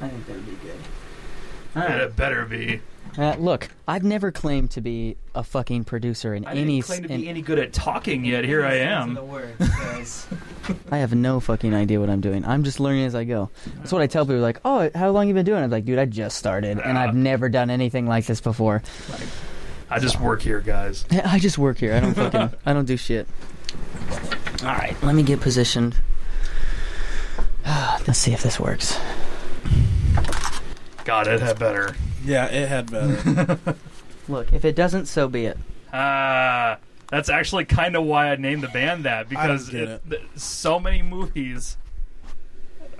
I think that'd be good. All And right. it better be. Uh, look, I've never claimed to be a fucking producer in I any. didn't s- claim to in- be any good at talking yet. Here I am. The words, guys. I have no fucking idea what I'm doing. I'm just learning as I go. That's what I tell people. Like, oh, how long you been doing? it?" I'm like, dude, I just started, and I've never done anything like this before. I just work here, guys. I just work here. I don't fucking. I don't do shit. All right, let me get positioned. Let's see if this works. God, it had better. Yeah, it had better. Look, if it doesn't, so be it. Ah, that's actually kind of why I named the band that because get it, th- so many movies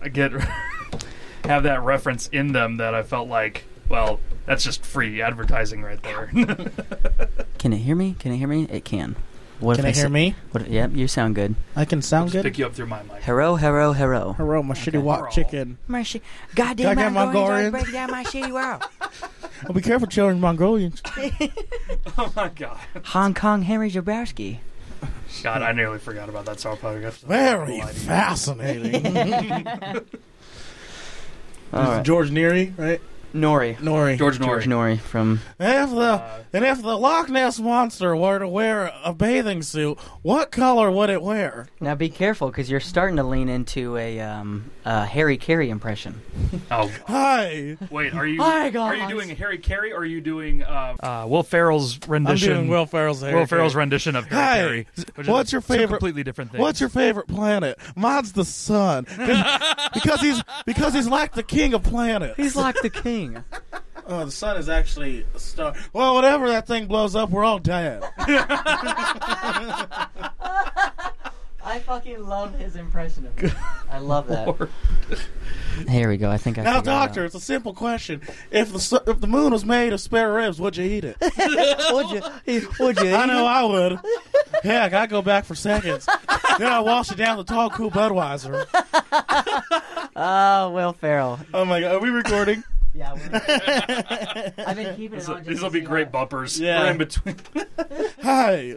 I get have that reference in them that I felt like, well, that's just free advertising right there. Can it hear me? Can it hear me? It can. What Can if I it hear say- me? What if- yep, you sound good. I can sound just good. pick you up through my mic. Hero, hero, hero. Hello, my shitty wok Raw. chicken. Mercy. Goddamn Goddamn Mongolians. Mongolians. Break down my shitty world. Oh, be careful, children, Mongolians. Oh my god, Hong Kong Henry Jabrowski. God, I nearly forgot about that. So I'll probably have to- Very I'll lie fascinating. All This is right. George Neary, right? Nori. to you. Nori. George Norrie. George Nori from. If the Uh, and if the Loch Ness monster were to wear a bathing suit, what color would it wear? Now be careful, because you're starting to lean into a um, uh, Harry Carey impression. Oh Hi, wait, are you Hi, are you guys. doing a Harry Carey or are you doing uh, uh, Will Ferrell's rendition? I'm doing Will Ferrell's hair. Will Ferrell's rendition of Harry Hi. Carey. which is What's your two favorite- Completely different thing. What's your favorite planet? Mine's the sun, 'Cause- because he's because he's like the king of planets. He's like the king. Oh, the sun is actually a star. Well, whatever that thing blows up, we're all dead. I fucking love his impression of him. I love that. Here we go. I think I Now, figured it out. doctor, it's a simple question: if the su- if the moon was made of spare ribs, would you eat it? would you? he- Would you? I know I would. Heck, I go back for seconds. then I wash it down with tall, cool Budweiser. Oh, Will Ferrell. Oh my god, are we recording? Yeah. I've been keeping it on. These will be great bumpers. Yeah. We're in between. Hi.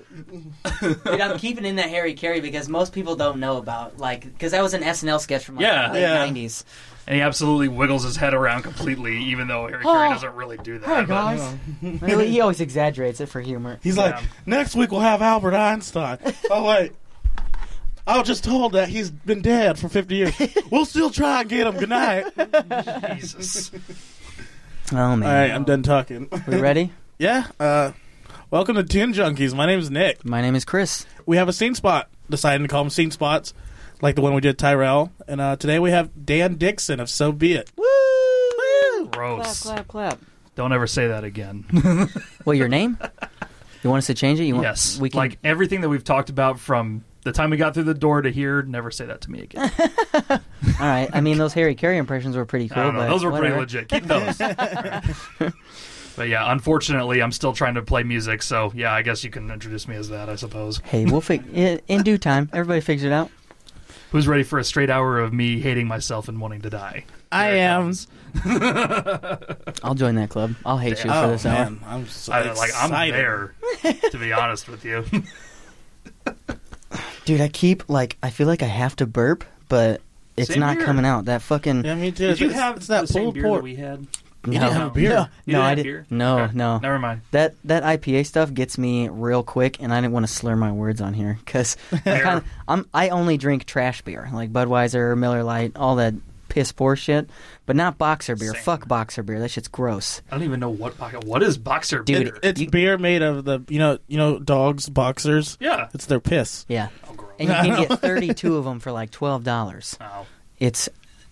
Dude, I'm keeping in that Harry Carey because most people don't know about like because that was an SNL sketch from like, Yeah. the late Yeah. 90s. And he absolutely wiggles his head around completely, even though Harry Carey Oh. doesn't really do that. but- he always exaggerates it for humor. He's like, Yeah. next week we'll have Albert Einstein. oh wait. I was just told that he's been dead for 50 years. We'll still try and get him. Good night. All Jesus. Oh right, man, I'm done talking. we ready? Yeah. Uh, welcome to Tin Junkies. My name's Nick. My name is Chris. We have a scene spot. Decided to call them scene spots, like the one we did Tyrell. And uh, today we have Dan Dixon of So Be It. Woo! Gross. clap. Don't ever say that again. Well, your name? You want us to change it? You want, yes. We can. Like everything that we've talked about from the time we got through the door to here, never say that to me again. all right. I mean, those Harry Carey impressions were pretty I cool. don't know. But Those were pretty whatever. legit. Keep those. but yeah, unfortunately, I'm still trying to play music, so yeah, I guess you can introduce me as that, I suppose. Hey, we'll fig- in, in due time. Everybody figures it out. Who's ready for a straight hour of me hating myself and wanting to die? I Here it am. comes. I'll join that club. I'll hate you for Oh, this hour. man. I'm so I, like I'm excited. there, to be honest with you. Dude, I keep like I feel like I have to burp, but it's Same not here. coming out. That fucking Yeah, me too. Did It's- you it's- have it's that the same pulled beer pork. that we had? no. You didn't have a beer. You No, I have didn't. beer? No, Okay. no. Never mind. That that IPA stuff gets me real quick, and I didn't want to slur my words on here because Fair. kind of I'm I only drink trash beer like Budweiser, Miller Lite, all that piss poor shit, but not boxer beer. Same. Fuck boxer beer. That shit's gross. I don't even know what pocket. What is boxer Dude, bitter? It's You- beer made of the you know you know dogs boxers. yeah. It's their piss. Yeah, Oh, gross. and you can get 32 of them for like twelve dollars. Oh. It's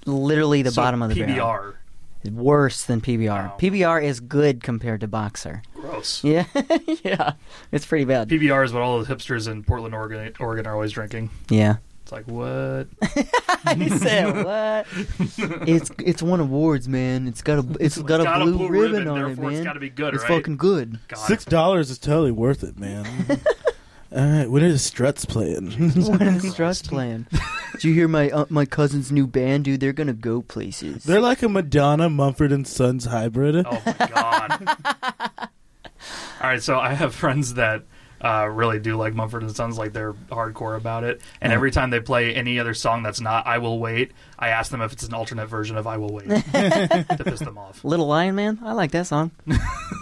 literally the So bottom of the PBR. barrel. It's worse than PBR. Wow. PBR is good compared to boxer. Gross. Yeah, yeah, it's pretty bad. PBR is what all the hipsters in Portland, Oregon, Oregon are always drinking. yeah. It's like what? you said what? it's it's won awards, man. It's got a it's got, got a, blue ribbon, on it, therefore man. it's got to be good, It's right? fucking good. God. Six dollars is totally worth it, man. All right, when is Struts playing? What is Struss playing? Did you hear my uh, my cousin's new band, dude? They're gonna go places. They're like a Madonna Mumford and Sons hybrid. Oh my god! All right, so I have friends that uh, uh, really do like Mumford and Sons. Like they're hardcore about it. And every time they play any other song that's not "I Will Wait," I ask them if it's an alternate version of "I Will Wait" to piss them off. Little Lion Man. I like that song. I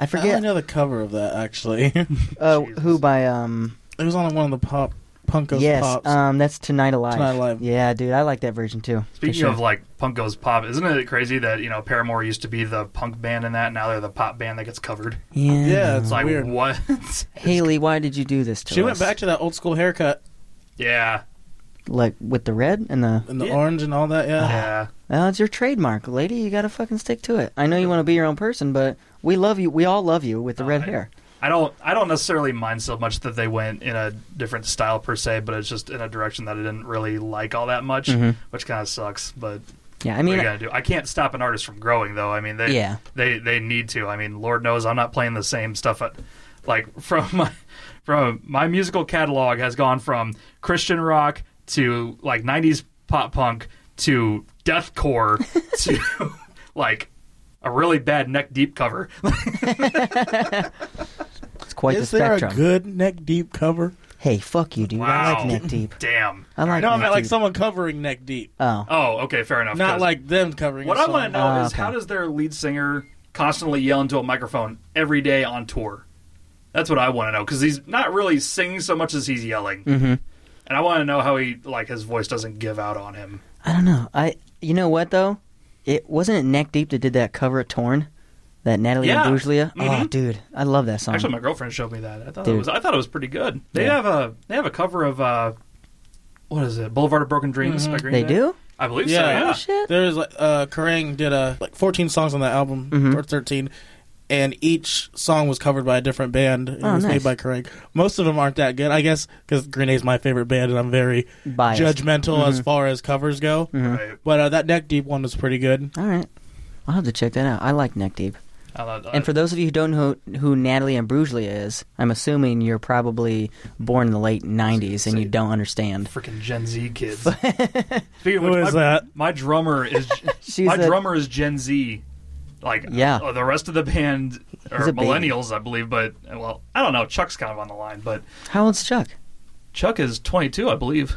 I only forget know the cover of that actually. it uh, Jesus. who by um. was on one of the pop Punko's yes, pops. um, that's Tonight Alive. Tonight Alive. Yeah, dude, I like that version too. for Speaking sure. of like punk goes pop, isn't it crazy that you know Paramore used to be the punk band in that, now they're the pop band that gets covered? yeah, yeah, it's It's like weird. what? Haley, why did you do this to She us? went back to that old school haircut yeah, like with the red and the. and the Yeah. orange and all that. Yeah, Ah, yeah. Well, it's your trademark, lady. You gotta fucking stick to it. I know you want to be your own person, but we love you. We all love you with the red I- hair. I don't I don't necessarily mind so much that they went in a different style per se, but it's just in a direction that I didn't really like all that much, Mhm. which kind of sucks. But Yeah, I what are mean, you gonna do? I can't stop an artist from growing though. I mean, they Yeah. they they need to. I mean, Lord knows I'm not playing the same stuff. At, like from my from my musical catalog has gone from Christian rock to like 90s pop punk to deathcore to like a really bad neck deep cover. it's quite is the there spectrum. a good neck deep cover? hey, fuck you, dude. I like neck deep. Damn. I like No, I neck meant like deep. someone covering neck deep, Oh, Oh, okay, fair enough. not 'cause like them covering. what a I song. want to know Ah, is okay. how does their lead singer constantly yell into a microphone every day on tour? That's what I want to know because he's not really singing so much as he's yelling, Mhm. and I want to know how he like his voice doesn't give out on him. I don't know. I you know what though? It wasn't it neck deep that did that cover of Torn, that Natalie Yeah. Imbruglia. Oh, Mhm. dude, I love that song. Actually, my girlfriend showed me that. I thought Dude. it was I thought it was pretty good. They Yeah. have a they have a cover of uh, what is it? Boulevard of Broken Dreams by Mm-hmm. Green they Day. do. I believe so. Yeah. Yeah. Oh shit. There's like uh Kerrang did uh like 14 songs on that album Mhm. or 13 and each song was covered by a different band and Oh, it was nice. made by Kerrang. Most of them aren't that good, I guess, cuz Green Day's my favorite band and I'm very Biased. Mm-hmm. judgmental as far as covers go. Mhm. Right. But uh, that neck deep one was pretty good. All right. I'll have to check that out. I like neck deep. I thought- uh, And for those of you who don't know who Natalie Imbruglia is, I'm assuming you're probably born in the late 90s and you don't understand. freaking Gen Z kids. Speaking of Who which, is my, that? My drummer is She's my a- drummer is Gen Z. Like Yeah. uh, the rest of the band He's are a baby. millennials, I believe. But well, I don't know. Chuck's kind of on the line, but How old's Chuck? Chuck is 22, I believe.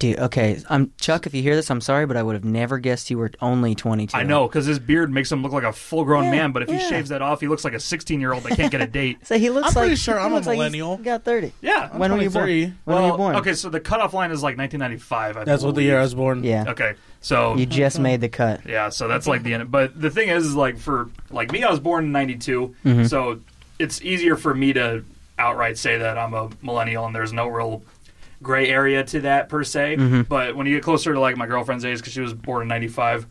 Dude, okay, I'm Chuck. If you hear this, I'm sorry, but I would have never guessed you were only 22. I know because his beard makes him look like a full-grown Yeah, man. But if yeah. he shaves that off, he looks like a 16-year-old that can't get a date. So he looks I'm like pretty sure he I'm a looks like he's millennial. got 30. Yeah. When were you born? 23. When were you born? Okay, so the cutoff line is like 1995. I That's what the believe. year I was born. Yeah. Okay, so You just made the cut. Yeah, so that's like the end. But the thing is, is like for like me, I was born in '92, Mm-hmm. so it's easier for me to outright say that I'm a millennial, and there's no real gray area to that per se. Mm-hmm. But when you get closer to like my girlfriend's age, because she was born in '95,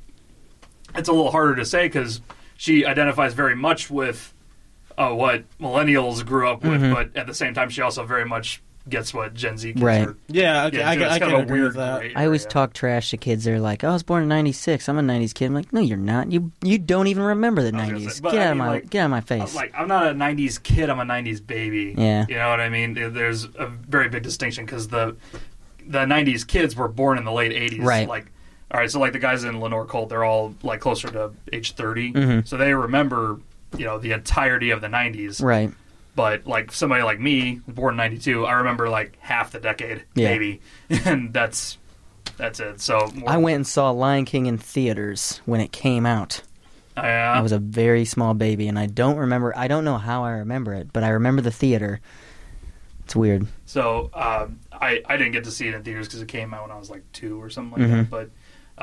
it's a little harder to say because she identifies very much with uh, what millennials grew up Mm-hmm. with, but at the same time, she also very much gets what Gen Z kids Right. are. Yeah, okay, Yeah, I, so ca- it's I kind can of a agree weird with that. gray I always area. talk trash to kids. They're like, "Oh, I was born in '96. I'm a '90s kid." I'm like, "No, you're not. You you don't even remember the I was gonna say, '90s. but get I out of mean, my like- get out of my I face." was like I'm not a '90s kid. I'm a '90s baby. Yeah. you know what I mean. There- There's a very big distinction because the the '90s kids were born in the late '80s. Right. Like, all right, so like the guys in Lenore Colt, they're all like closer to age 30, Mm-hmm. so they remember you know the entirety of the '90s. right. But like somebody like me, born in '92, I remember like half the decade, Yeah. maybe, and that's that's it. So more, I went and saw Lion King in theaters when it came out. Yeah. I was a very small baby, and I don't remember. I don't know how I remember it, but I remember the theater. It's weird. So um, I I didn't get to see it in theaters because it came out when I was like two or something like that. But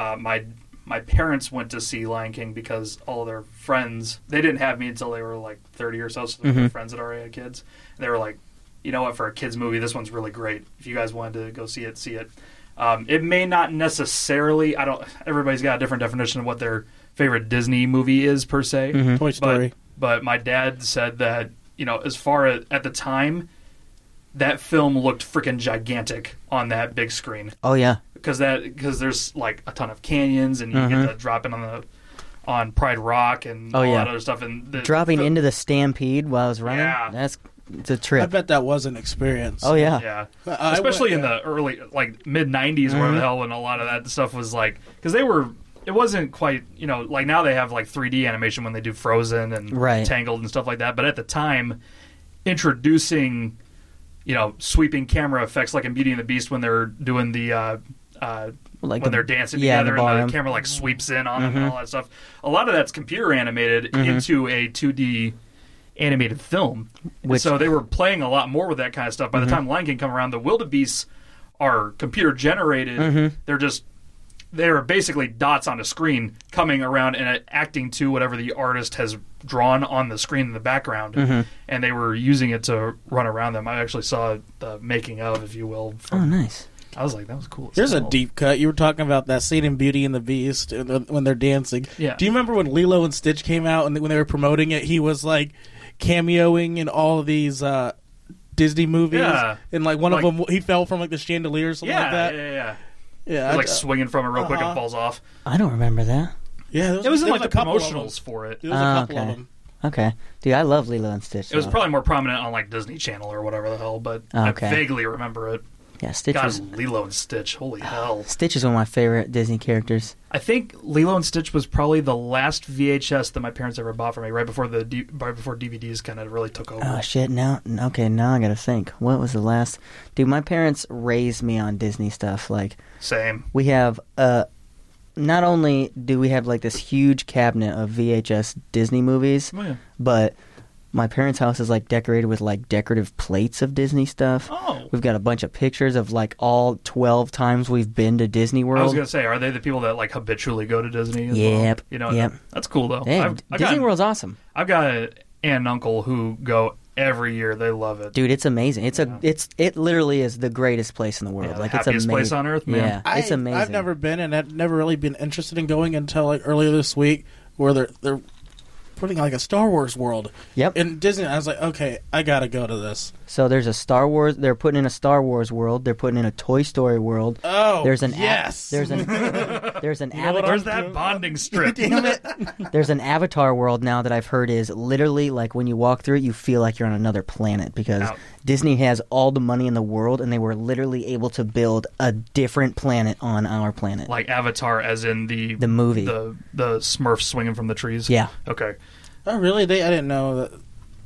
uh, my my parents went to see Lion King because all their friends they didn't have me until they were like thirty or so. So their friends had already had kids. And they were like, you know what, for a kids movie, this one's really great. If you guys wanted to go see it, see it. Um, it may not necessarily. I don't. Everybody's got a different definition of what their favorite Disney movie is per se. Toy Story. But, but my dad said that you know, as far as at the time, that film looked freaking gigantic on that big screen Oh yeah, because that because there's like a ton of canyons and you get to drop in on the on Pride Rock and Mm-hmm. Oh, all yeah. that other stuff and the, dropping the- into the stampede while I was running. Yeah. That's it's a I trip. bet that was an experience. oh yeah. yeah. I- I especially went- in the early like mid 90s where the hell when a lot of that stuff was like because they were it wasn't quite you know like now they have like 3d animation when they do frozen and Right. tangled and stuff like that but at the time introducing you know sweeping camera effects like in Beauty and the Beast when they're doing the uh, uh, Like when the- they're dancing yeah, the Mm-hmm. together and ballroom. the camera like sweeps in on them and all that stuff. A lot of that's computer animated Mm-hmm. into a 2D animated film. And Which- Mm-hmm. so they were playing a lot more with that kind of stuff. By the time Lion King come around, the wildebeests are computer generated. Mm-hmm. They're just they're basically dots on a screen coming around and uh, acting to whatever the artist has drawn on the screen in the background Mm-hmm. and they were using it to run around them i actually saw the making of if you will from, Oh, nice. i was like that was cool as There's a hell. deep cut. You were talking about that scene in Beauty and the Beast and the- when they're dancing. Yeah. Do you remember when Lilo and Stitch came out and when they were promoting it, he was like cameoing in all of these uh, Disney movies. Yeah. And like one Like- of them, he fell from like the chandelier or something yeah, like that. yeah yeah yeah Yeah. He's I- like swinging from it real quick Uh-huh. and falls off. I don't remember that. yeah. There It was in there like the a couple of them. promotionals for it. There was Ah, a couple okay. of them. Okay, dude, I love Lilo and Stitch. It was though. probably more prominent on like Disney Channel or whatever the hell, but Okay. I vaguely remember it. yeah. Stitch God, was Lilo and Stitch, holy Ah. hell! Stitch is one of my favorite Disney characters. I think Lilo and Stitch was probably the last VHS that my parents ever bought for me, right before the D- right before DVDs kind of really took over. Oh shit! Now, okay, now I gotta think. What was the last? Dude, my parents raised me on Disney stuff. Like Same. we have uh not only do we have like this huge cabinet of VHS Disney movies, Oh, yeah. but my parents' house is like decorated with like decorative plates of Disney stuff. Oh. We've got a bunch of pictures of like all 12 times we've been to Disney I was World. gonna say, are they the people that like habitually go to Disney? As Yep, Well? You know, yep. that's cool though. Dang, I've, I've Disney got, World's awesome. I've got an aunt and uncle who go every year. They love it. Dude, it's amazing. It's a it's it literally is the greatest place in the world. Yeah, the like it's happiest amazing. place on earth, man. Yeah, it's I- amazing. I've never been and I've never really been interested in going until like earlier this week where they're they're putting like a Star Wars world. Yep. In Disney, I was like, okay, I gotta go to this. So there's a Star Wars. They're putting in a Star Wars world. They're putting in a Toy Story world. Oh, there's an yes. Av- there's an there's an know what avatar. I'm- Where's that bonding strip? Damn it! There's an Avatar world now that I've heard is literally like when you walk through it, you feel like you're on another planet because Out. Disney has all the money in the world and they were literally able to build a different planet on our planet. like Avatar, as in the The movie. the the Smurf swinging from the trees. Yeah. Okay. oh, really? They I didn't know that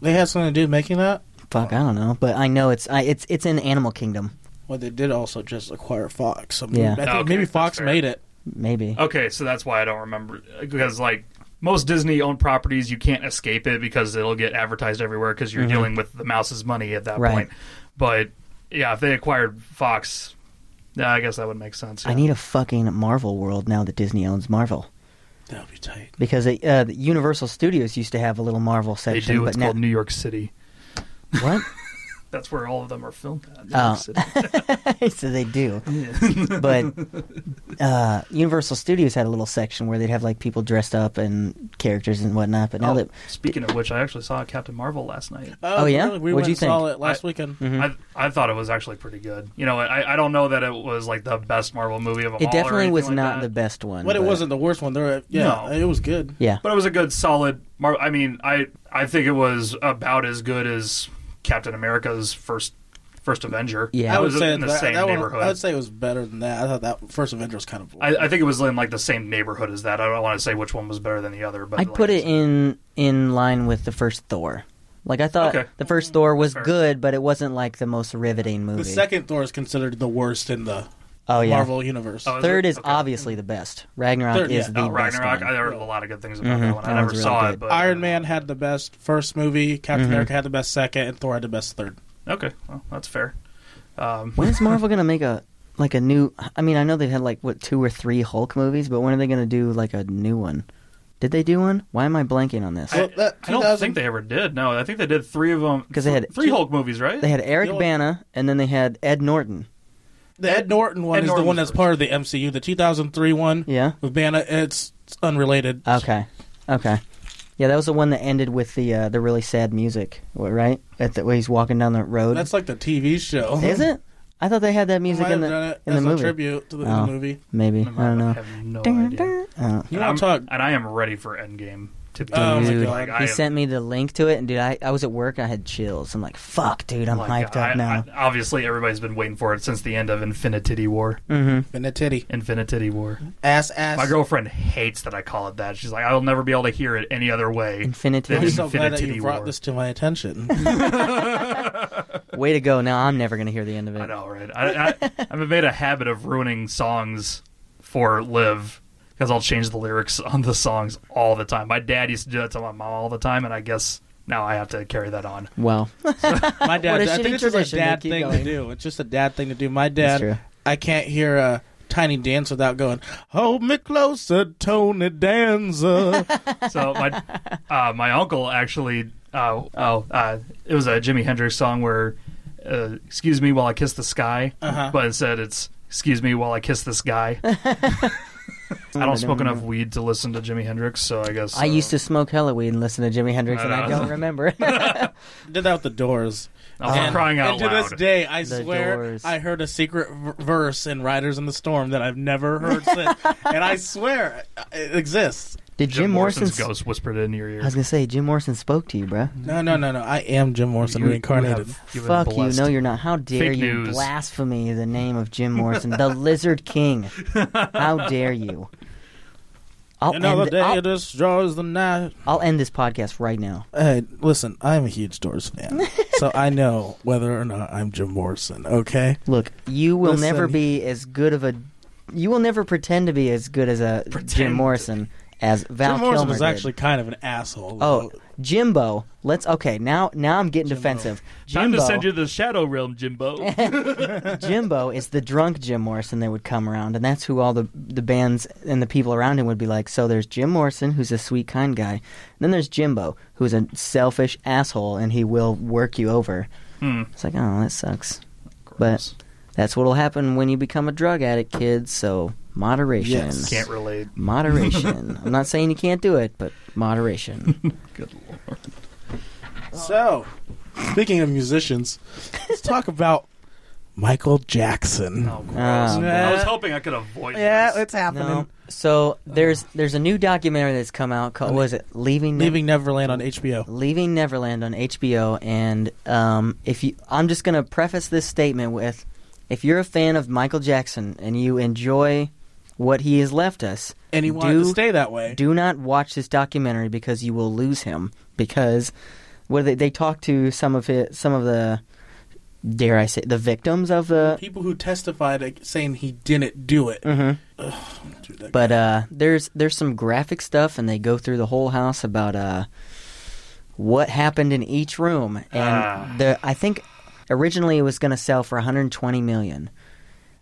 they had something to do with making that. Fuck, I don't know, but I know it's I, it's it's in Animal Kingdom, Well, they did also just acquire Fox. So Yeah. I think Okay, maybe that's Fox fair. made it. maybe. Oh, Okay, so that's why I don't remember because like most Disney-owned properties, you can't escape it because it'll get advertised everywhere because you're dealing with the mouse's money at that Mm-hmm. Right. point. But yeah, if they acquired Fox, yeah, I guess that would make sense. I need a fucking Marvel world now that Disney owns Marvel. That would be tight. because it, uh, the Universal Studios used to have a little Marvel They section, do. but It's now called New York City. what? That's where all of them are filmed. At, New Oh. York City. so they do, but uh, Universal Studios had a little section where they'd have like people dressed up and characters and whatnot. But now Oh, that speaking of which, I actually saw Captain Marvel last night. Oh, yeah? really? we What'd went you and think? Mm. saw it last I- weekend. Mm-hmm. I, I thought it was actually pretty good. You know, I, I don't know that it was like the best Marvel movie of all. it or definitely anything was like not that. the best one, But it wasn't the worst one. There, were- yeah, No. it was good. Yeah, But it was a good, solid. Mar- I mean, I I think it was about as good as Captain America's first first Avenger. Yeah. I it I would was say in the that, same that one, neighborhood. I would say it was better than that. I thought that first Avenger was kind of. I, I think it was in like the same neighborhood as that. I don't want to say which one was better than the other, but I'd like, put it it's- in in line with the first Thor. Like I thought, Okay. the first Thor was Fair. good, but it wasn't like the most riveting movie. The second Thor is considered the worst in the oh yeah, Marvel universe. Oh, third is Okay. obviously the best. Ragnarok Third, is yeah. the Oh, best Ragnarok. one. I heard a lot of good things about Mhm, that one. I that never one's saw really it, good. but uh, Iron Man had the best first movie. Captain America had the best second, and Thor had the best third. Okay, well, that's fair. Um, When is Marvel gonna make a like a new? I mean, I know they've had like what two or three Hulk movies, but when are they gonna do like a new one? Did they do one? Why am I blanking on this? I, Well, that I don't 2000 think they ever did. No, I think they did three of them 'Cause they had- three Hulk movies, right? They had Eric The old- Bana, and then they had Ed Norton. The Ed Norton one Ed is Norton the one was that's first. part of the MCU. The 2003 one Yeah. with Banner, it's unrelated. Okay. Okay. Yeah, that was the one that ended with the uh, the really sad music, wh- right? At the way he's walking down the road. That's like the TV show. Is it? I thought they had that music Might in have done the it in the as movie. a tribute to the, in Oh. the movie. Maybe I don't I know. have no Dun, idea. dun. Oh. You And want to I'm- talk? And I am ready for Endgame. to be Oh my honest. Dude, God. Like, I he am- sent me the link to it, and dude, I, I was at work and I had chills. I'm like, fuck, dude, I'm like, hyped Oh I- up now. I- obviously, everybody's been waiting for it since the end of Infinity War. mm-hmm. Been a titty. Infinity War. Ass, ass. My girlfriend hates that I call it that. She's like, I'll never be able to hear it any other way. Infinity. That I'm is- so glad that Infinity you brought War. this to my attention. Way to go! Now I'm never gonna hear the end of it. I know, right? I, I, I've made a habit of ruining songs for live because I'll change the lyrics on the songs all the time. My dad used to do that to my mom all the time, and I guess now I have to carry that on. Wow. My dad. What a I think shitty it's just a tradition. dad Keep thing going. to do. It's just a dad thing to do. My That's true. dad. I can't hear a tiny dance without going. Hold me closer, Tony Danza. So my uh, my uncle actually, uh, oh, uh, it was a Jimi Hendrix song where, uh, "Excuse me while I kiss the sky," Uh-huh. but instead it's "Excuse me while I kiss this guy." I don't smoke enough weed to listen to Jimi Hendrix, so I guess I uh, used to smoke hella weed and listen to Jimi Hendrix, I and I know. don't remember. Did that with the Doors. uh, I'm And- crying out and to loud. this day, I The swear Doors. I heard a secret v- verse in "Riders in the Storm" that I've never heard since, and I swear it exists. Did Jim, Morrison? Morrison's ghost whispered in your ear. I was gonna say Jim Morrison spoke to you, bruh. No, no, no, no. I am Jim Morrison You- you reincarnated. have- you've been Fuck you! blessed. No, you're not. How dare Fake you news. blasphemy the name of Jim Morrison, the Lizard King? How dare you? I'll Another end, day I'll- destroys the night. I'll end this podcast right now. Hey, listen, I'm a huge Doors fan, so I know whether or not I'm Jim Morrison. Okay, Look, you will Listen. never be as good of a. You will never pretend to be as good as a Jim Pretend. Morrison as Val Jim Morrison Kilmer was did. actually kind of an asshole. Oh, Jimbo. Let's okay. Now, now I'm getting Jimbo. defensive. Time to Jimbo- send you to the Shadow Realm, Jimbo. Jimbo is the drunk Jim Morrison that would come around, and that's who all the the bands and the people around him would be like. So there's Jim Morrison, who's a sweet, kind guy. And then there's Jimbo, who's a selfish asshole, and he will work you over. Hmm. It's like, oh, that sucks. But that's what'll happen when you become a drug addict, kids. So moderation. Yes. Can't relate. Moderation. I'm not saying you can't do it, but moderation. Good lord. Oh. So, speaking of musicians, let's talk about Michael Jackson. Oh, gross. Um, I was hoping I could avoid this. happening. no. So there's there's a new documentary that's come out called what is it Leaving Ne- Leaving Neverland on HBO. Leaving Neverland on HBO, and um, if you, I'm just gonna preface this statement with, if you're a fan of Michael Jackson and you enjoy what he has left us, And he wanted do, to stay that way. do not watch this documentary because you will lose him. Because what they they talk to some of it, some of the, dare I say, the victims of the. People who testified like, saying he didn't do it. Mhm. Dude, that- But uh, there's there's some graphic stuff, and they go through the whole house about uh, what happened in each room. And Ah. the I think originally it was going to sell for 120 million,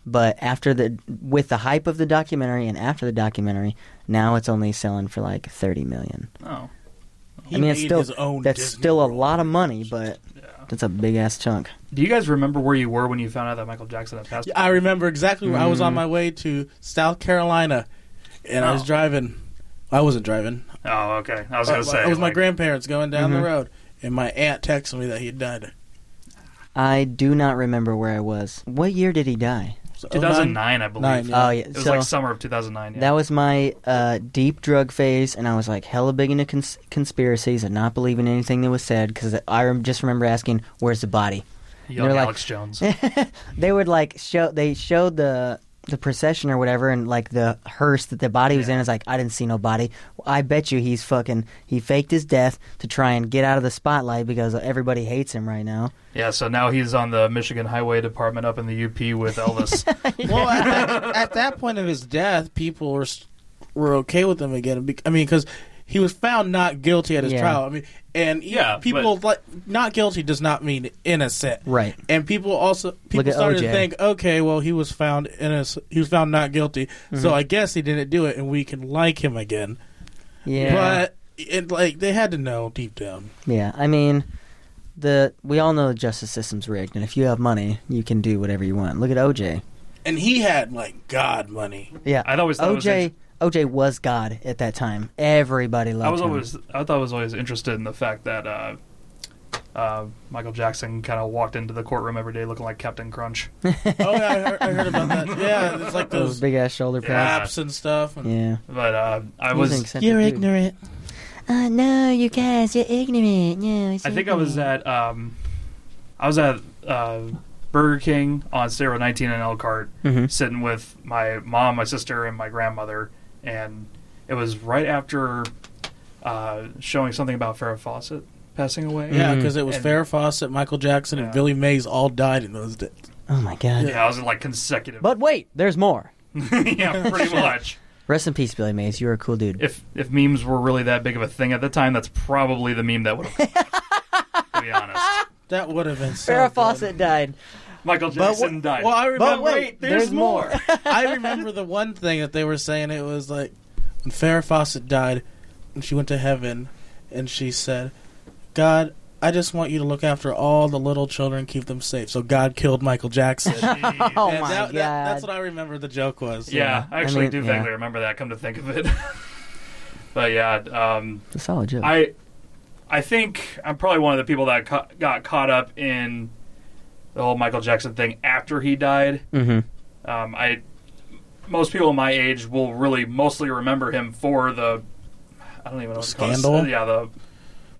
but after the with the hype of the documentary and after the documentary, now it's only selling for like 30 million. Oh, he I mean, it's made still his own that's Disney still a World. lot of money, but that's a big ass chunk. do you guys remember where you were when you found out that Michael Jackson had passed? Yeah, I remember exactly where I was on my way to South Carolina, and I was Mm. Oh. driving. I wasn't driving. oh, okay. I was gonna say Uh, it was my like, Mm-hmm. grandparents going down the road, and my aunt texted me that he had died. I do not remember where I was. What year did he die? So, oh, 2009, I believe. Nine, yeah. Oh yeah, It was so, like summer of 2009. Yeah. That was my uh, deep drug phase, and I was like hella big into cons- conspiracies and not believing anything that was said because I rem- just remember asking, "Where's the body?" Young they're like- Alex Jones. They would like show they showed the the procession or whatever, and like the hearse that the body was in is like, "I didn't see no body." I bet you he's fucking he faked his death to try and get out of the spotlight because everybody hates him right now. yeah. So now he's on the Michigan Highway Department up in the UP with Elvis. well, at that, at that point of his death, people were s- were okay with him again. Be- I mean, because he was found not guilty at his Yeah. trial. I mean, and e- Yeah, people like not guilty does not mean innocent, Right. And people also people at started to OJ. think, okay, well, he was found innocent. He was found not guilty, Mm-hmm. so I guess he didn't do it, and we can like him again. Yeah, But it like they had to know deep down. yeah. I mean. The we all know the justice system's rigged, and if you have money, you can do whatever you want. Look at OJ. And he had like God money. Yeah, I'd always thought it was OJ. OJ was God at that time. Everybody loved I was him. always I thought I was always interested in the fact that uh, uh, Michael Jackson kind of walked into the courtroom every day looking like Captain Crunch. oh yeah, I heard, I heard about that. Yeah, it's like those those big ass shoulder pads. raps and stuff. And Yeah, But uh, I He was an eccentric dude. ignorant. uh, no, you guys, you're ignorant. No, it's I think I was ignorant." at um, I was at uh, Burger King on Sarah 19 and Elkhart, Mhm. sitting with my mom, my sister, and my grandmother, and it was right after uh, showing something about Farrah Fawcett passing away. Yeah, because it was And- Farrah Fawcett, Michael Jackson, and Yeah. Billy Mays all died in those days. Oh my god! Yeah, I was in like consecutive. But wait, there's more. yeah, pretty much. Rest in peace, Billy Mays. You're a cool dude. If if memes were really that big of a thing at the time, that's probably the meme that would have. to be honest, That would have been so Farrah good. Fawcett died. Michael But Jackson wh- died. Well, I remember. wait, there's more. I remember the one thing that they were saying. It was like when Farrah Fawcett died, and she went to heaven, and she said, "God, I just want you to look after all the little children, keep them safe." So God killed Michael Jackson. Oh And my that- god! that- that's what I remember. The joke was. Yeah, I I actually mean, do yeah. vaguely remember that. Come to think of it, but yeah, um, It's a solid joke. I, I think I'm probably one of the people that ca- got caught up in the whole Michael Jackson thing after he died. mm-hmm. Um, I, most people my age will really mostly remember him for the, I don't even know what it's Scandal? called. Yeah, the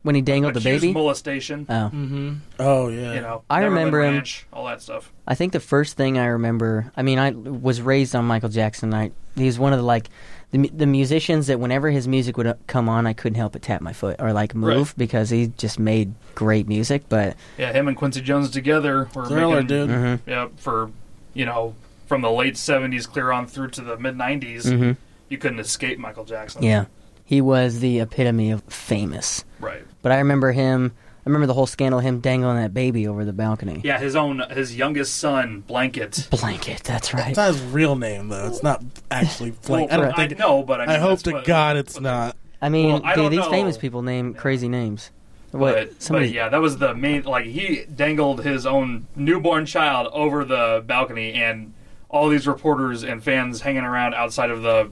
When he dangled the accused baby. molestation. oh. Mm-hmm. Oh yeah. you know, I Neverland remember him- Ranch, all that stuff. I think the first thing I remember, I mean, I was raised on Michael Jackson. I he was one of the like the mu- the musicians that whenever his music would uh, come on, I couldn't help but tap my foot or like move Right. because he just made great music. But Yeah, him and Quincy Jones together were Thriller, making, dude. Mhm. Yeah, for you know, from the late '70s clear on through to the mid '90s, Mhm. you couldn't escape Michael Jackson. yeah, he was the epitome of famous. right. But I remember him. I remember the whole scandal of him dangling that baby over the balcony. Yeah, his own, his youngest son, Blanket. Blanket. That's right. It's not his real name though. It's not actually Blake. Well, I don't think. know, but I, mean, I hope that's to what- God it's not. I mean, Well, I dude, don't these know. famous people name crazy names. What? But, but somebody? yeah, that was the main. Like he dangled his own newborn child over the balcony, and all these reporters and fans hanging around outside of the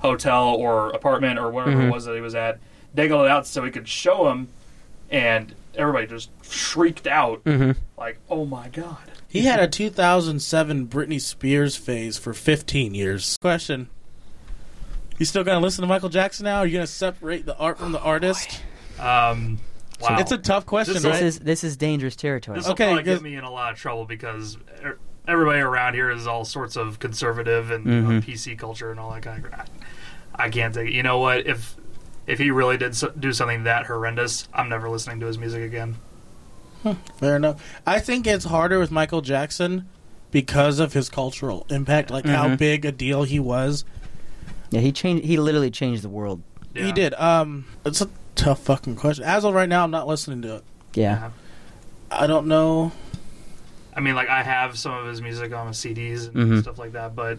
hotel or apartment or whatever Mm-hmm. it was that he was at dangled it out so he could show him, and everybody just shrieked out Mhm. like, "Oh my god!" He had a 2007 Britney Spears phase for 15 years. Question: You still gonna listen to Michael Jackson now? Are you gonna separate the art from the artist? Um, wow, It's a tough question, This This right? is this is dangerous territory. This will Okay, probably good. get me in a lot of trouble because er- everybody around here is all sorts of conservative and you know, Mm-hmm. PC culture and all that kind of. crap. I can't take. You know what? If if he really did so, do something that horrendous, I'm never listening to his music again. Fair enough. I think it's harder with Michael Jackson because of his cultural impact, like Mm-hmm. how big a deal he was. Yeah, he changed. He literally changed the world. Yeah. He did. Um, it's a tough fucking question. As of right now, I'm not listening to it. Yeah. I don't know. I mean, like I have some of his music on my CDs and Mm-hmm. Mhm. stuff like that, but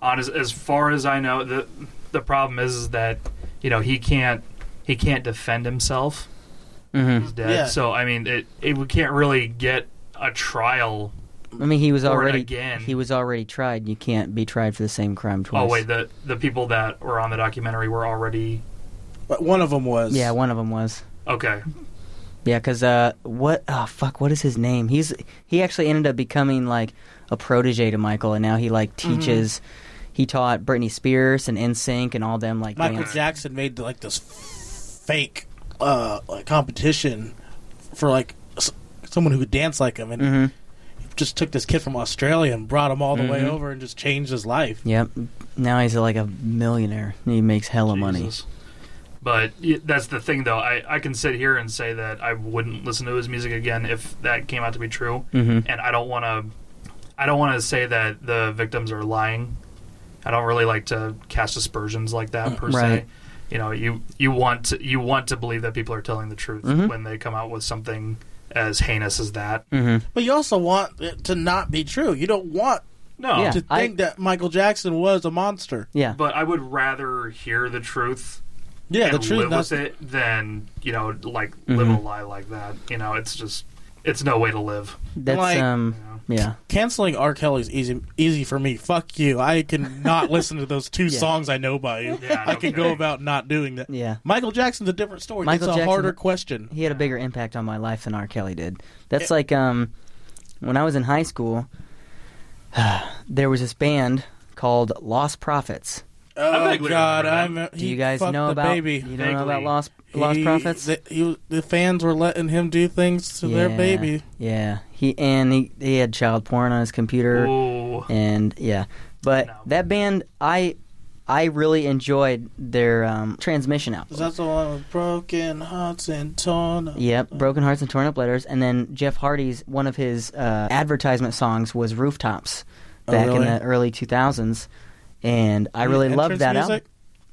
on as, as far as I know, the the problem is, is that you know he can't he can't defend himself. hmm He's dead. Yeah. So I mean, it, it we can't really get a trial I mean, he was Or already again. he was already tried. You can't be tried for the same crime twice. Oh wait, the the people that were on the documentary were already But one of them was. yeah, one of them was. okay. Yeah, because uh, what? Oh fuck, what is his name? He's he actually ended up becoming like a protege to Michael, and now he like Mm-hmm. teaches. He taught Britney Spears and NSYNC and all them like Michael dance- Jackson made like this fake uh, like competition for like s- someone who could dance like him, and Mhm. Mm-hmm. just took this kid from Australia and brought him all the Mm-hmm. way over and just changed his life. Yep. Now he's like a millionaire. He makes hella money. Jesus. But y- that's the thing, though. I, I can sit here and say that I wouldn't listen to his music again if that came out to be true, Mhm. and I don't want to. I don't want to say that the victims are lying. I don't really like to cast aspersions like that per Right. se. You know, you you want to, you want to believe that people are telling the truth Mm-hmm. when they come out with something as heinous as that. Mm-hmm. But you also want it to not be true. You don't want No, Yeah. to think I- that Michael Jackson was a monster. Yeah. but I would rather hear the truth Yeah, the and truth. Mm-hmm. live That's, with it than you know like live a lie like that. You know, it's just it's no way to live. That's like- um. Yeah. canceling R. Kelly's easy, easy for me. Fuck you. I can not listen to those two songs I know by you. Yeah, I can okay. go about not doing that. Yeah. Michael Jackson's a different story. Michael it's a Jackson- harder question. he had a bigger impact on my life than R. Kelly did. That's like um, when I was in high school, there was this band called Lost Prophets. Oh vaguely God! remember that. I'm. Do you guys know the about baby? you don't know about Vaguely. lost lost He- profits? The, he, the fans were letting him do things to their Yeah. baby. Yeah, he and he, he had child porn on his Er, computer, Ooh. and yeah, but No. that band I I really enjoyed their um, transmission album. Is that the one with broken hearts and torn? up? Yep, Broken Hearts and Torn Up Letters. And then Jeff Hardy's, one of his uh, advertisement songs was Rooftops Oh, back really? in the early 2000s. And I The really loved entrance that music?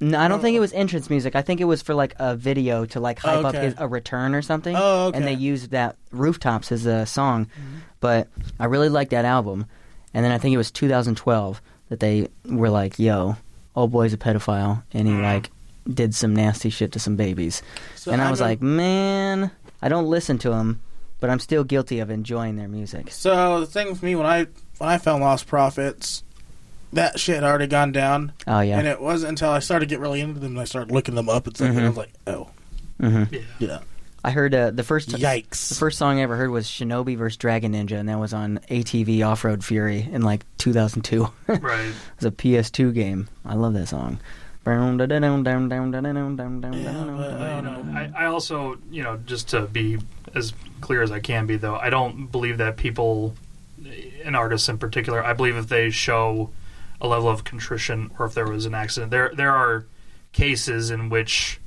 album. No, I don't Oh. think it was entrance music. I think it was for like a video to like hype up Okay. his, a return or something. Oh, okay. Mm-hmm. And they used that Rooftops as a song. But I really liked that album. And then I think it was 2012 that they were like, yo, old boy's a pedophile. And he Mm. like did some nasty shit to some babies So and I was remem- like, man, I don't listen to them, but I'm still guilty of enjoying their music. so the thing with me when I when I found Lost Profits, that shit had already gone down, Oh yeah, and it wasn't until I started to get really into them and I started looking them up and stuff, and I Mhm. was like, oh hmm Yeah. yeah, I heard uh, the first the yikes. first song I ever heard was Shinobi vs Dragon Ninja, and that was on ATV Off Road Fury in like 2002. it Right. was a PS2 game. I love that song. I I, don't know. I also, you know, just to be as clear as I can be, though, I don't believe that people, an artist in particular, I believe if they show a level of contrition or if there was an accident, there there are cases in which,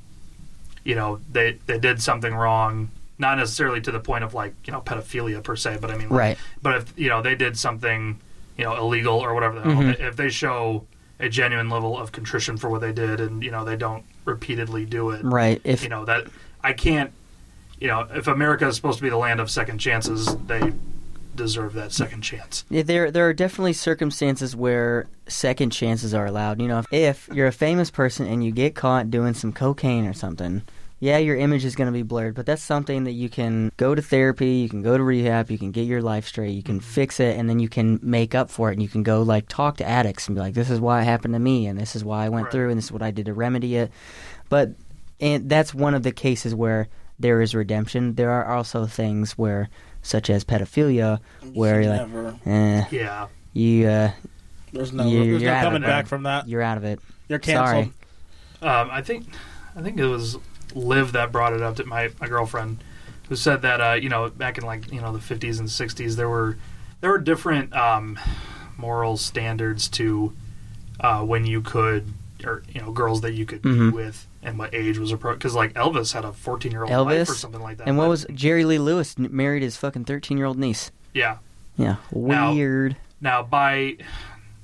you know, they they did something wrong, not necessarily to the point of like you know pedophilia per se, but I mean, like, Right. But if you know they did something, you know, illegal or whatever the Mhm. hell, if they show a genuine level of contrition for what they did, and you know they don't repeatedly do it, Right. If you know that I can't. You know, if America is supposed to be the land of second chances, they deserve that second chance. Yeah, there there are definitely circumstances where second chances are allowed. You know, if, if you're a famous person and you get caught doing some cocaine or something, yeah, your image is going to be blurred, but that's something that you can go to therapy, you can go to rehab, you can get your life straight, you can fix it, and then you can make up for it. And you can go like talk to addicts and be like, "This is why it happened to me, and this is why I went Right. through, and this is what I did to remedy it." But and that's one of the cases where there is redemption. There are also things where, such as pedophilia, where you're like, Never. eh, Yeah, you uh, There's no, You- there's you're no out of coming it, back bro. from that. you're out of it. You're canceled. Sorry. um, I think I think it was Liv that brought it up to my my girlfriend, who said that uh, you know back in like you know the fifties and sixties there were there were different um, moral standards to uh, when you could or you know girls that you could Mhm. be with and what age was appropriate because like Elvis had a fourteen year old Elvis wife or something like that. And what but- was Jerry Lee Lewis n- married his fucking thirteen year old niece? yeah. Yeah, Now- weird. Now, by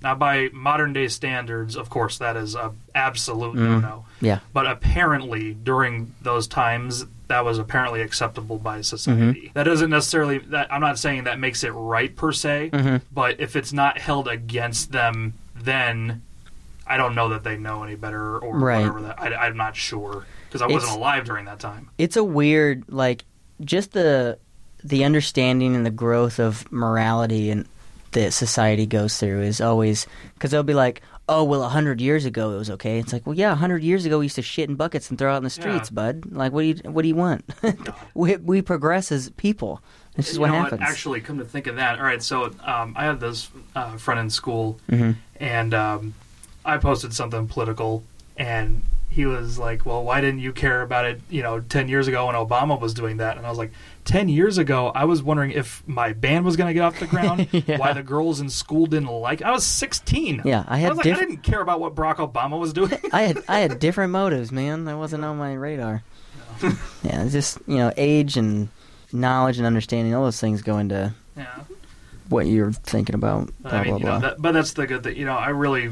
now by modern day standards, of course, that is a absolute no no. Mm. Yeah, But apparently, during those times, that was apparently acceptable by society. Mm-hmm. That doesn't necessarily. That, I'm not saying that makes it right per se, but if it's not held against them, then I don't know that they know any better or Right. whatever. That I, I'm not sure because I It's- wasn't alive during that time. it's a weird like just the the understanding and the growth of morality and that society goes through is always because they'll be like, oh well, a hundred years ago it was okay. It's like, well, yeah, a hundred years ago we used to shit in buckets and throw out in the streets, Yeah. bud. Like, what do you what do you want? we we progress as people. This is You what know happens. Actually, come to think of that, all right. So um, I had this uh, friend in school, Mm-hmm. and um, I posted something political, and he was like, "Well, why didn't you care about it? You know, ten years ago when Obama was doing that?" And I was like, 10 years ago, I was wondering if my band was going to get off the ground, Yeah. why the girls in school didn't like." I was 16. Yeah, I had was like, I diff- didn't care about what Barack Obama was doing. I had I had different motives, man. That wasn't on my radar. yeah, it's just you know, age and knowledge and understanding, all those things go into yeah. what you're thinking about. Blah I mean, blah you blah. know, that, but that's the good thing. You know, I really,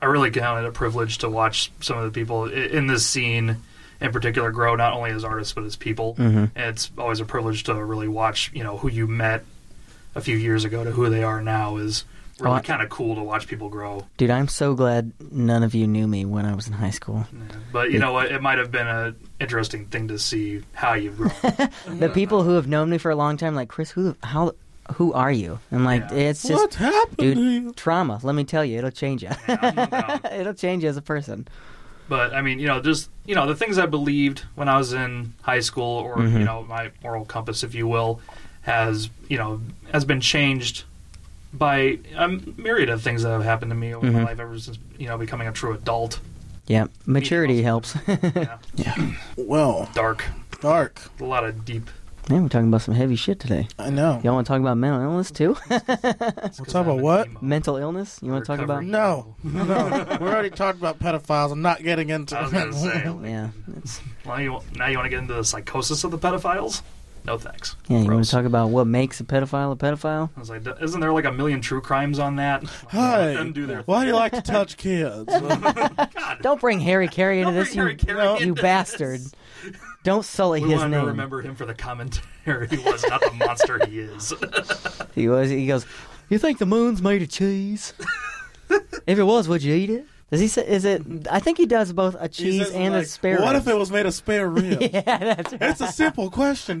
I really count it a privilege to watch some of the people i- in this scene, in particular, grow not only as artists but as people. Mhm. And it's always a privilege to really watch, you know, who you met a few years ago to who they are now is really Oh, I- kind of cool to watch people grow. Dude, I'm so glad none of you knew me when I was in high school. Yeah. But you know what? It might have been a interesting thing to see how you've grown. The people who have known me for a long time, like Chris, who how who are you? And like Yeah. it's just what happened to you? dude trauma. Let me tell you, it'll change you. I'm not down. it'll change you as a person. But I mean, you know, just you know, the things I believed when I was in high school, or you know, my moral compass, if you will, has you know has been changed by a myriad of things that have happened to me over my Mhm. life ever since you know becoming a true adult. Yeah, maturity helps. yeah, Yeah. Well, Dark, dark. a lot of deep. we're talking about some heavy shit today. I know. Y'all want to talk about mental illness too? We'll talk about what? mental illness? You want to talk about? No, no. We already talked about pedophiles. I'm not getting into. I was gonna say. like, Yeah, it's, Well, you, now you want to get into the psychosis of the pedophiles? No thanks. yeah. You want Gross. to talk about what makes a pedophile a pedophile? I was like, isn't there like a million true crimes on that? Hi. Let them do their Why do you like to touch kids? God. Don't bring Harry Carey into Don't this, bring you, Harry Carey you into this. bastard! Don't sully We his want to name. remember him for the commentary he was, not the monster he is. He was. He goes. You think the moon's made of cheese? if it was, would you eat it? Does he say? Is it? I think he does both a He cheese says, and like, a spare. What rib." if it was made of spare ribs? Yeah, that's right. It's a simple question,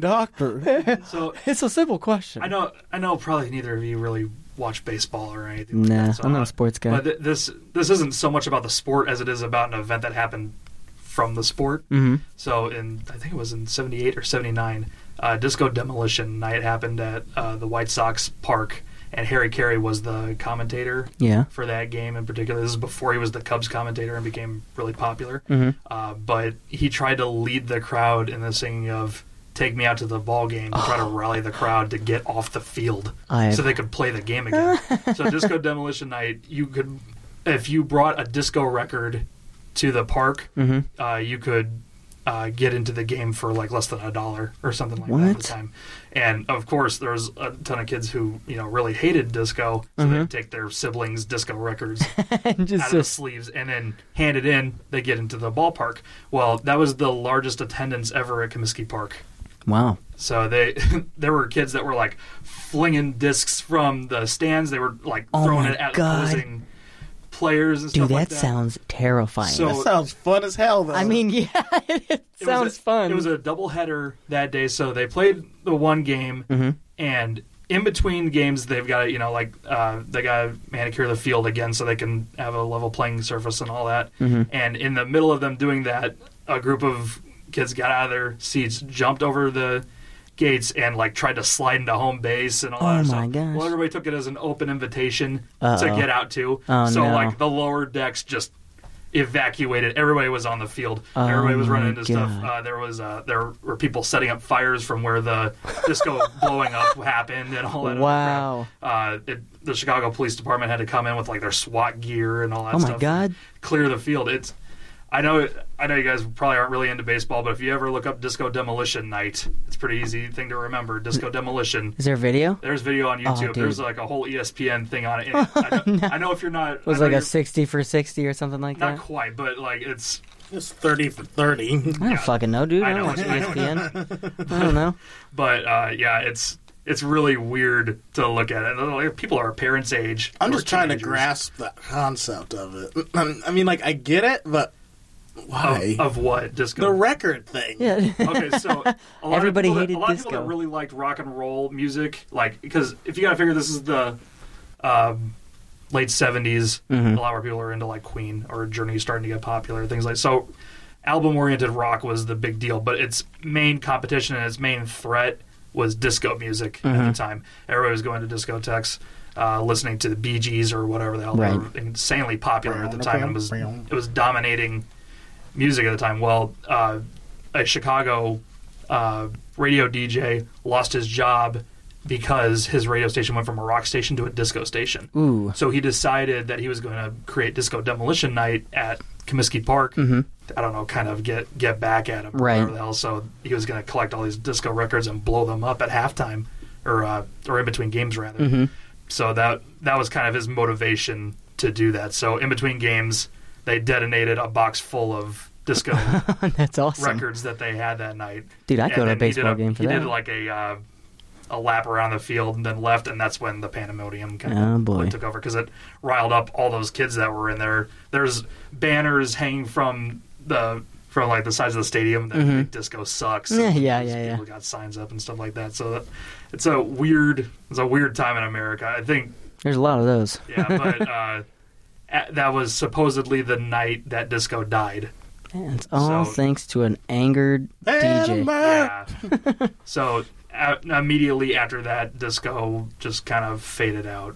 doctor. so It's a simple question. I know, I know, probably neither of you really watch baseball or anything. like Nah, that, so I'm not a sports guy. But th- this this isn't so much about the sport as it is about an event that happened from the sport. hmm So in I think it was in '78 or '79, uh, Disco Demolition Night happened at uh, the White Sox Park, and Harry Carey was the commentator Yeah. for that game in particular. This is before he was the Cubs commentator and became really popular. Mhm. Uh, but he tried to lead the crowd in the singing of "Take Me Out to the Ball Game" to try to rally the crowd to get off the field Oh. I- so they could play the game again. so Disco Demolition Night, you could, if you brought a disco record to the park, Mhm. uh, you could uh, get into the game for like less than a dollar or something like that at What? the time. And of course, there was a ton of kids who you know really hated disco, so they'd take their siblings' disco records And just, out of the Mm-hmm. just sleeves and then hand it in. They get into the ballpark. Well, that was the largest attendance ever at Comiskey Park. wow. So they there were kids that were like flinging discs from the stands. They were like Oh throwing my it at God. opposing players and Dude, stuff that, like that. sounds terrifying. So- that sounds fun as hell, though. I mean, yeah, it, It was sounds a- fun. It was a doubleheader that day, so they played the one game, Mm-hmm. and in between games, they've got to you know like uh, they got to manicure the field again so they can have a level playing surface and all that. Mm-hmm. And in the middle of them doing that, a group of kids got out of their seats, jumped over the gates, and like tried to slide into home base and all Oh that. my stuff. gosh. Well, everybody took it as an open invitation to Uh-oh. get out to. Oh, so no. like the lower decks just evacuated. Everybody was on the field. Oh, Everybody was my running into stuff. God. Uh, there was uh, there were people setting up fires from where the disco blowing up happened and all that. other Wow. crap. Uh, it, the Chicago Police Department had to come in with like their SWAT gear and all that. Oh, my stuff God. and Clear the field. It's I know I know you guys probably aren't really into baseball, but if you ever look up Disco Demolition Night, it's a pretty easy thing to remember. Disco Demolition. Is there a video? There's video on YouTube. dude. There's like a whole E ESPN thing on it. And I, know, I know if you're not It was I know like a you're- sixty for sixty or something like not that. quite, but like it's it's thirty for thirty. I don't fucking know, dude. I, I don't know, watch E I know. ESPN. I don't know. But uh, yeah, it's it's really weird to look at it. Like, people our parents' age. I'm They just were trying to teenagers. grasp the concept of it. I mean, like I get it, but why of, of what disco. the record thing? Oh, Yeah. okay, so a lot Everybody of people that- hated a lot of disco. people that really liked rock and roll music, like because if you got to figure this is the um, late '70s, Mm-hmm. a lot of people are into like Queen or Journey starting to get popular, things like so. Album-oriented rock was the big deal, but its main competition and its main threat was disco music at Mm-hmm. the time. Everybody was going to discotheques, uh, listening to the Bee Gees or whatever the hell. They Right. were insanely popular at the time. and was it was dominating music at the time. Well, uh, a Chicago uh, radio DJ lost his job because his radio station went from a rock station to a disco station. Ooh. So he decided that he was going to create Disco Demolition Night at Comiskey Park. I don't know, kind of get get back at him, or Mm-hmm. Right. Whatever the hell. So he was going to collect all these disco records and blow them up at halftime, or uh, or in between games rather. Mm-hmm. So that that was kind of his motivation to do that. So in between games, they detonated a box full of disco That's awesome. records that they had that night. Dude, I'd And go to a then he did baseball game for he that. did like a uh, a lap around the field and then left, and that's when the pandemonium kind Oh, of boy. took over because it riled up all those kids that were in there. There's banners hanging from the from like the sides of the stadium that "Big disco sucks. Mm-hmm. Yeah, and yeah, these yeah, yeah. People got signs up and stuff like that. So that, it's a weird it's a weird time in America. I think There's a lot of those. yeah, but uh, a- that was supposedly the night that disco died. Man, it's all So- thanks to an angered DJ. Yeah. so a immediately after that, disco just kind of faded out.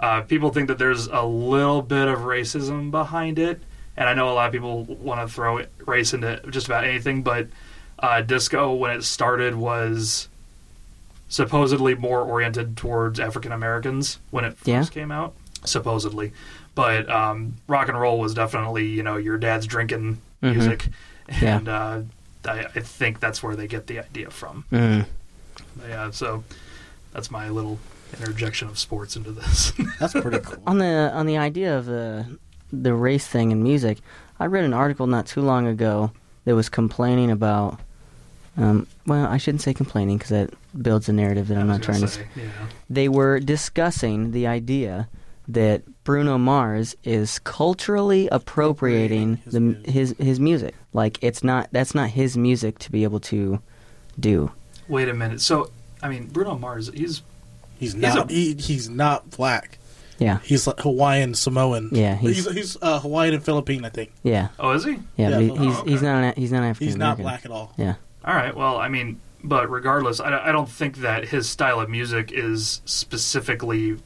Uh, people think that there's a little bit of racism behind it, and I know a lot of people want to throw it- race into just about anything, but uh, disco when it started was supposedly more oriented towards African Americans when it first Yeah. came out, supposedly. But um, rock and roll was definitely you know your dad's drinking Mhm. music, Yeah. and uh, I, I think that's where they get the idea from. Mm. Yeah, so that's my little interjection of sports into this. That's pretty cool. On the on the idea of the the race thing in music, I read an article not too long ago that was complaining about. Um, well, I shouldn't say complaining because that builds a narrative that I'm I not was trying gonna to. say, s- Yeah. They were discussing the idea that Bruno Mars is culturally appropriating Appropriating his the music. his his music. Like it's not that's not his music to be able to do. Wait a minute. So, I mean, Bruno Mars, he's He's He's not. a- he, he's not black. Yeah, He's like Hawaiian Samoan. Yeah, he's he's- he's, uh, Hawaiian and Philippine. I think yeah, oh, is he? yeah. Yeah, but he, oh, he's he's okay. not an, he's not African. he's not black at all. Yeah. All right. Well, I mean, but regardless, I, I don't think that his style of music is specifically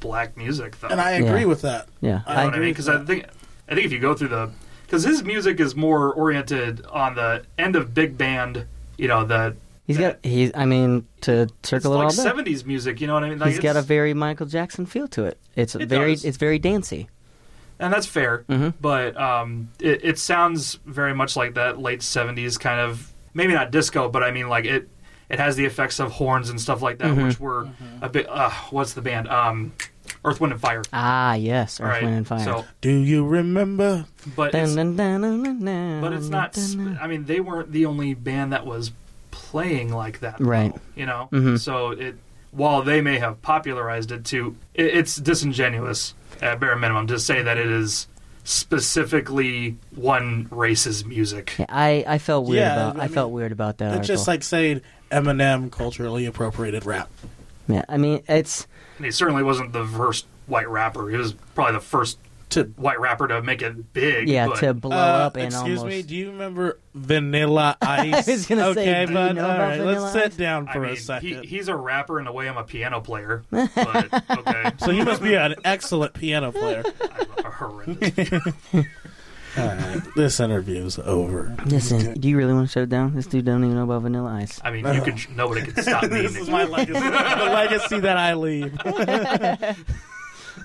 black music, though. And I Yeah. agree with that. Yeah, I You know I, what I mean? with Because I that. think I think if you go through the because his music is more oriented on the end of big band, you know, the he's got he's. I mean, to circle it all like back, seventies music. You know what I mean? Like he's got a it's- very Michael Jackson feel to it. It's It very does. it's very dancey. and that's fair. Mhm. But um, it, it sounds very much like that late seventies kind of maybe not disco, but I mean like it. It has the effects of horns and stuff like that, Mm-hmm. which were a bit. Uh, what's the band? Um, Earth, Wind, and Fire. Ah, yes, Earth, Right. Wind and Fire. So, Do you remember? but Dun, it's, dun, dun, dun, dun, dun, but it's not. dun, sp- dun. I mean, they weren't the only band that was playing like that, Right. though, you know. Mm-hmm. Mhm. So it, while they may have popularized it too, it, it's disingenuous at bare minimum to say that it is specifically one race's music. Yeah, I, I felt weird Yeah, about I, I felt mean, weird about that. It's just article. like saying Eminem culturally appropriated rap. yeah, I mean it's And he certainly wasn't the first white rapper. He was probably the first To white rapper to make it big. yeah but to blow Uh, up and excuse almost. me, do you remember Vanilla Ice? was gonna say, okay, do you but know all about right, Vanilla let's sit Ice? down I for mean, a second. He, he's a rapper in a way I'm a piano player. But, okay. so you must be an excellent piano player. I'm a horrendous. All right, this interview's over. Listen, do you really want to shut it down? This dude don't even know about Vanilla Ice. I mean, you can. Nobody can stop me. this is my legacy. the legacy that I leave.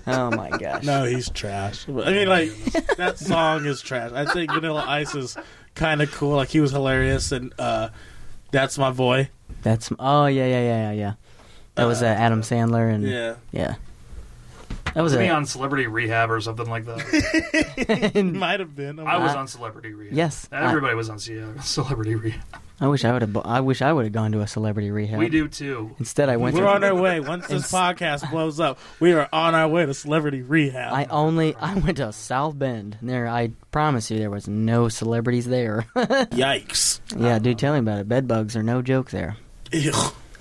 Oh my gosh. No, he's trash. I mean, like that song is trash. I think Vanilla Ice is kind of cool. Like he was hilarious, and uh, that's my boy. That's oh yeah yeah yeah yeah yeah. That was uh, Adam Sandler and yeah. That was a, Was me on Celebrity Rehab or something like that? it might have been. I'm I was Uh, on Celebrity Rehab. yes, I- everybody was on C- uh, Celebrity Rehab. I wish I would have I wish I would have gone to a celebrity rehab. We do too. Instead I went We're to on our way. Once this podcast blows up, we are on our way to celebrity rehab. I only I went to South Bend. and There, I promise you, there was no celebrities there. Yikes! yeah, dude, tell me about it. Bed bugs are no joke there. Ew.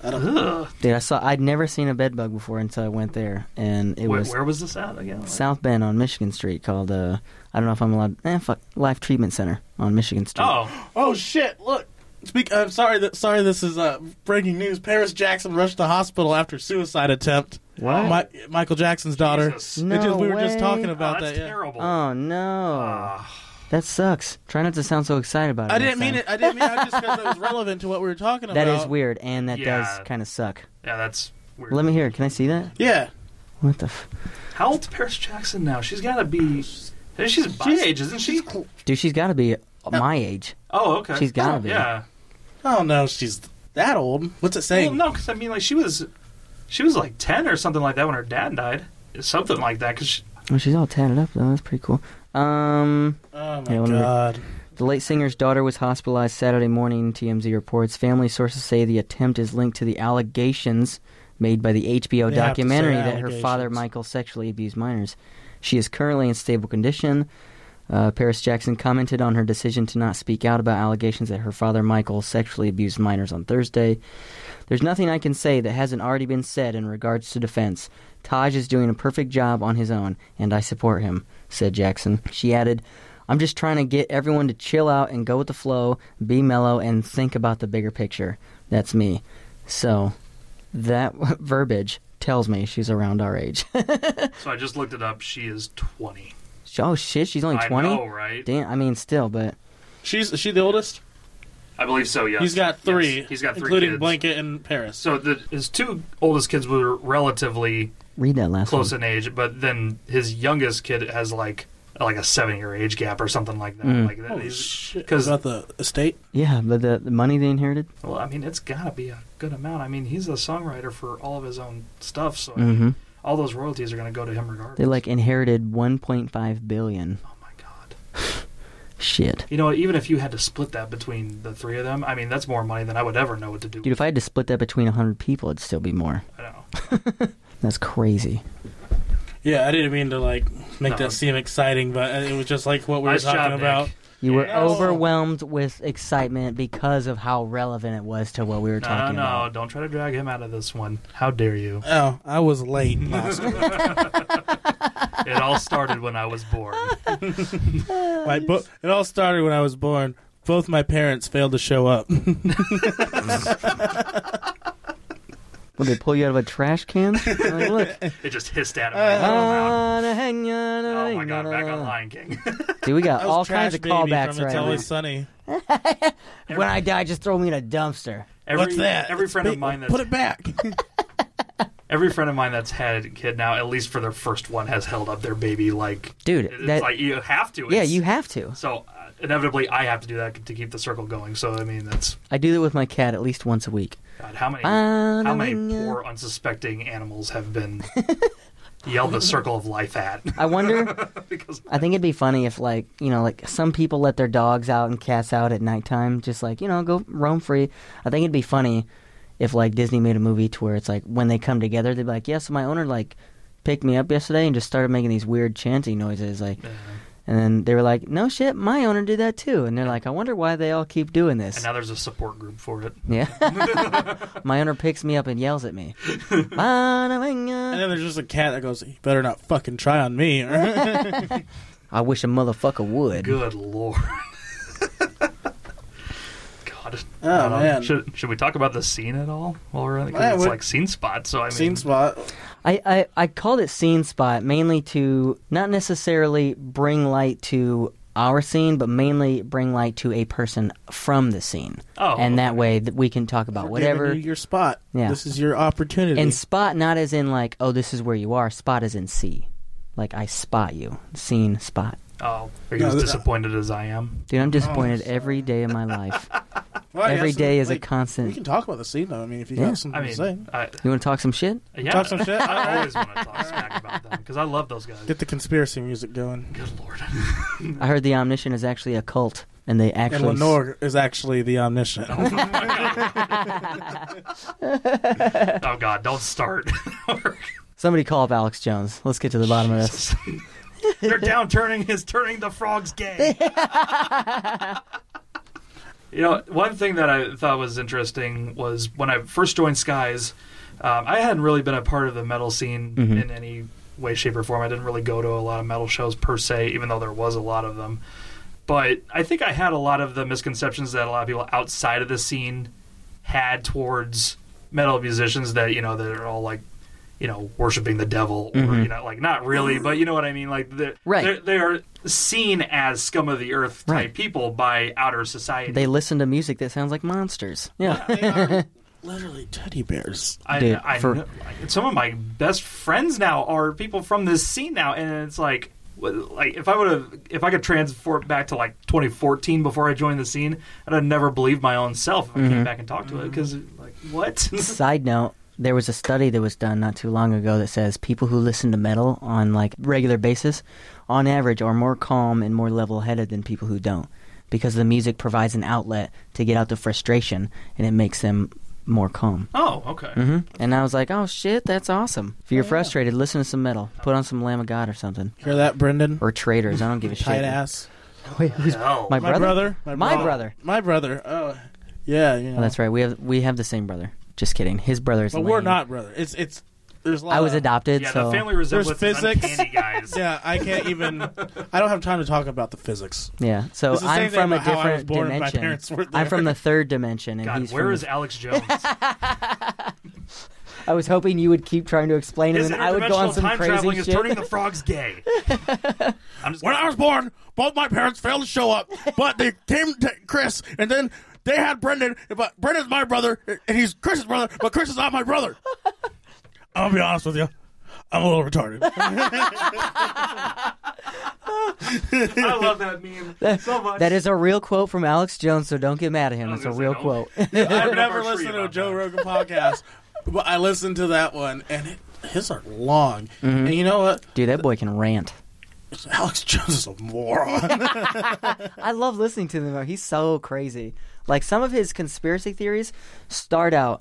I don't. Ugh. Dude, I saw I'd never seen a bed bug before until I went there, and it Where, was where was this at again? South Bend on Michigan Street called uh I don't know if I'm allowed. Eh, fuck, Life Treatment Center on Michigan Street. Oh, Oh shit! Look. Speak. I'm sorry. That sorry. This is uh, breaking news. Paris Jackson rushed to hospital after suicide attempt. Oh, What? Mi- Michael Jackson's daughter. Jesus. It No just- we were just way. talking Oh, about that's that. yeah. Oh, terrible. Oh no, Ah. that sucks. Try not to sound so excited about it. I next didn't mean time. it. I didn't mean it. I just because it was relevant to what we were talking about. That is weird, and that Yeah. does kind of suck. yeah, that's weird. Let me hear. it. Can I see that? Yeah. What the? F- How old's Paris Jackson now? She's got to be. She's my age, isn't she? Dude, she's got to be my age. Oh, okay. She's gotta be. Yeah. I don't know. if She's that old. What's it Well, saying? no, because I mean, like she was, she was like ten or something like that when her dad died. Something like that. Because Well, she's all tatted up though. That's pretty cool. Um. Oh my Yeah, let me- god. The late singer's daughter was hospitalized Saturday morning, TMZ reports. Family sources say the attempt is linked to the allegations made by the HBO They have to say documentary that her allegations. father, Michael, sexually abused minors. She is currently in stable condition. Uh, Paris Jackson commented on her decision to not speak out about allegations that her father, Michael, sexually abused minors on Thursday. There's nothing I can say that hasn't already been said in regards to defense. Taj is doing a perfect job on his own, and I support him, said Jackson. She added, I'm just trying to get everyone to chill out and go with the flow, be mellow, and think about the bigger picture. That's me. So, that verbiage tells me she's around our age. So I just looked it up. She is 20. oh shit, she's only I know, twenty. right? Damn, I mean, still, but She's is she the oldest? I believe so. Yes. He's got Yes. three. He's got three, including kids. Blanket and Paris. So the, his two oldest kids were relatively read that last close one. in age, but then his youngest kid has like like a seven year age gap or something like that. Mm. Like that, Holy he's- shit! 'cause- about the estate. Yeah, but the, the money they inherited. well, I mean, it's gotta be a good amount. I mean, he's a songwriter for all of his own stuff, so Mm-hmm. all those royalties are gonna go to him regardless. They like inherited 1.5 billion. oh my god. Shit, You know, what, even if you had to split that between the three of them, I mean, that's more money than I would ever know what to do. dude. If I had to split that between 100 people, it'd still be more. I don't know. That's crazy. Yeah, I didn't mean to like make No. that seem exciting, but it was just like what we were Nice job, talking Nick. about. You were Yes. overwhelmed with excitement because of how relevant it was to what we were No, talking no, about. don't try to drag him out of this one. How dare you? Oh, I was late last week. It all started when I was born. My bo- it all started when I was born. Both my parents failed to show up. Would they pull you out of a trash can? like, look. It just hissed at him. Uh, Oh oh my god, back on Lion King. Dude, we got I was all Trash kinds of Baby callbacks from right It's now. Always Sunny. When I die, just throw me in a dumpster. Every, What's that? Every It's friend of big. mine that's put it back. every friend of mine that's had a kid now, at least for their first one, has held up their baby like Dude, It's that- like you have to. Yeah, It's- you have to. So uh, inevitably, I have to do that to keep the circle going. So I mean, that's I do that with my cat at least once a week. God, how many Ah, how many yeah. poor unsuspecting animals have been yelled the circle of life at I wonder. because I think it'd be funny if, like, you know, like some people let their dogs out and cats out at nighttime, just like, you know, go roam free. I think it'd be funny if, like, Disney made a movie to where it's like when they come together, they'd be like, yeah, so my owner, like, picked me up yesterday and just started making these weird chanting noises. Like, Yeah. and then they were like, no shit, my owner did that too. And they're like, I wonder why they all keep doing and this. now there's a support group for it. Yeah. my owner picks me up and yells at me. and I then there's just a cat that goes, "You better not fucking try on me." wish a motherfucker would. Good lord. God. Oh, I don't know. man. Should, should we talk about the scene at all while we're on it? 'Cause Yeah, it's what- like scene spot, so I mean, Scene spot. I, I, I called it scene spot mainly to not necessarily bring light to our scene, but mainly bring light to a person from the scene. Oh, and that okay. way that we can talk about We're uh, whatever. giving you your spot. Yeah. This is your opportunity. and spot not as in like, oh, this is where you are. Spot is in see. Like, I spot you. Scene spot. Oh, are you No, as th- disappointed as I am? Dude, I'm disappointed every day of my life. Well, yeah, every so, day is a Oh. like, constant. We can talk about the scene though. I mean, if you Yeah. got something I to say, mean, I, You want to talk some shit? yeah, Talk some shit? I always want to talk smack about them because I love those guys. get the conspiracy music going. Good lord. I heard the Omniscient is actually a cult, and they And actually. Lenore is actually the omniscient. oh god, don't start. Somebody call up Alex Jones. Let's get to the bottom of this. They're downturning his turning the frogs gay. you know, one thing that I thought was interesting was when I first joined Skies, um, I hadn't really been a part of the metal scene Mhm. in any way, shape, or form. I didn't really go to a lot of metal shows per se, even though there was a lot of them. But I think I had a lot of the misconceptions that a lot of people outside of the scene had towards metal musicians that you know they're all like you know worshiping the devil or you know like not really but you know what i mean like they're, Mm-hmm. Right. they're, they're seen as scum of the earth type Right. people by outer society They listen to music that sounds like monsters. Yeah. they are literally teddy bears. I, Dude, I, for- know- like, some of my best friends now are people from this scene now, and it's like, w- like if I would have, if I could transport back to like 2014 before I joined the scene, I'd have never believed my own self if I Mm-hmm. came back and talked to it because, like, what? Side note, there was a study that was done not too long ago that says people who listen to metal on like regular basis, on average, are more calm and more level-headed than people who don't, because the music provides an outlet to get out the frustration, and it makes them more calm. oh, okay. hmm Mm-hmm. And I was like, oh shit, that's awesome. If you're frustrated, listen to some metal. Put on some Lamb of God or something, Hear that, Brendan? or Traitors. I don't give a Tight shit. ass. Wait, who's Hell. my, My brother? brother. My brother. My brother. Oh, yeah. You know. Oh, that's right. We have we have the same brother. Just kidding. His brother's. But we're lame. not brother. It's it's. There's a lot I was of- adopted, yeah, so the family resemblance is physics. uncanny, guys. Yeah, I can't even. I don't have time to talk about the physics. Yeah, so It's the same I'm thing from a about how I was different born and my dimension. parents weren't I'm there. from the third dimension, and God, he's where from is Alex Jones? I was hoping you would keep trying to explain, and His then I would go on interdimensional some time traveling crazy is shit. turning the frogs gay. I'm just When I was born, both my parents failed to show up, but they came to Chris, and then they had Brendan, but Brendan's my brother, and he's Chris's brother, but Chris is not my brother. I'm gonna be honest with you, I'm a little retarded. I love that meme so much. that is a real quote from Alex Jones, so don't get mad at Oh, him. I was It's a gonna real say, quote. don't- I've I've never listened to a Joe Rogan podcast, but I listened to that one, and it, his are long. And you know what? Dude, that boy can rant. Alex Jones is a moron. I love listening to him. though. He's so crazy. Like some of his conspiracy theories start out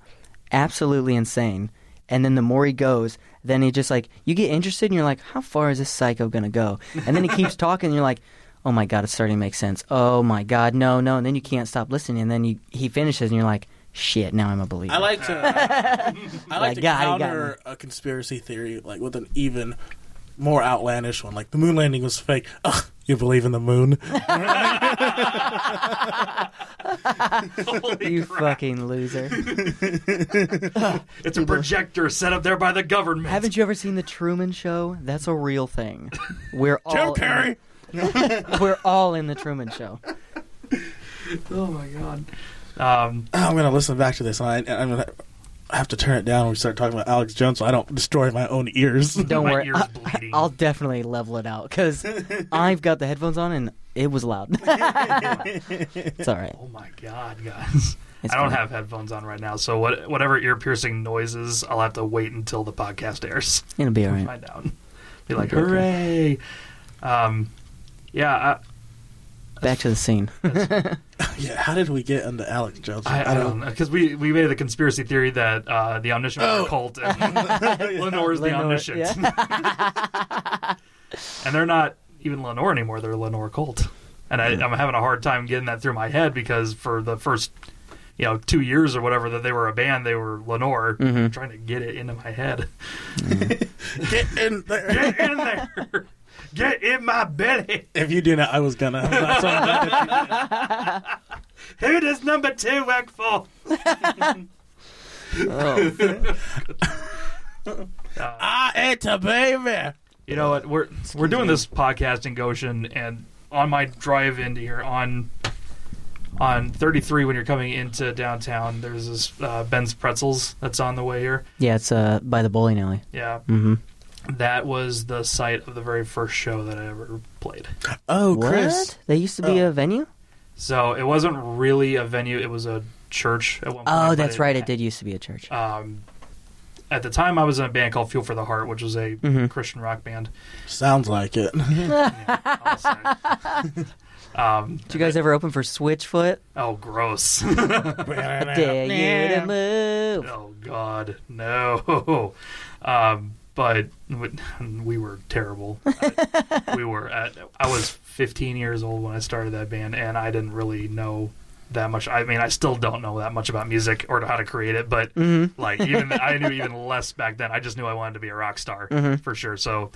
absolutely insane, and then the more he goes, then he just like you get interested, and you're like, how far is this psycho gonna go? And then he keeps talking, and you're like. Oh my god, it's starting to make sense. Oh my god, no, no, and then you can't stop listening, and then you, he finishes, and you're like, "Shit, now I'm a believer." I like to. I like to God, he got counter a conspiracy theory like with an even more outlandish one, like the moon landing was fake. Ugh, you believe in the moon? Holy you crap. fucking loser. It's a projector set up there by the government. Haven't you ever seen the Truman Show? That's a real thing. We're all Jim in the- Carrey, we're all in the Truman Show. oh my god. Um, Oh, I'm gonna listen back to this, and, I, and I'm gonna have to turn it down when we start talking about Alex Jones, so I don't destroy my own ears. Don't Um, my worry, ears I- bleeding. Oh, I'll definitely level it out because I've got the headphones on and it was loud. it's all right. oh my god, guys. It's I don't fine. have headphones on right now, so what, whatever ear piercing noises, I'll have to wait until the podcast airs. It'll be all right. Find out. Be like, Okay, hooray! Um, yeah, Back to the scene. yeah, how did we get into Alex Jones? I, I, I don't because we we made the conspiracy theory that uh, the omniscient Oh. are a cult and Lenore's the Lenore, omniscient, and they're not even Lenore anymore; they're Lenore cult. And I, I'm having a hard time getting that through my head because for the first you know two years or whatever that they were a band, they were Lenore. I'm trying to get it into my head. Get in there. Get in there. Get in my belly. If you do not, I was gonna. I'm not sorry about that. Who does number two work for? Oh, I ate Ah, a baby. You know what? We're we're doing this podcast in Goshen, and on my drive into here on on 33 when you're coming into downtown, there's this uh, Ben's Pretzels that's on the way here. yeah, it's uh, by the bowling alley. Yeah, hmm that was the site of the very first show that I ever played. Oh, What? Chris. That used to Oh. be a venue. So it wasn't really a venue; it was a church at one point. Oh, but that's right. It did used to be a church. Um, at the time, I was in a band called Fuel for the Heart, which was a Mhm. Christian rock band. Sounds like it. I'll say. um, Did you guys ever open for Switchfoot? oh, gross. Dare you to move? Oh God, no. Um, but we- we were terrible. I- we were. At, I was 15 years old when I started that band, and I didn't really know that much. I mean, I still don't know that much about music or how to create it. But like, even I knew even less back then. I just knew I wanted to be a rock star for sure. So,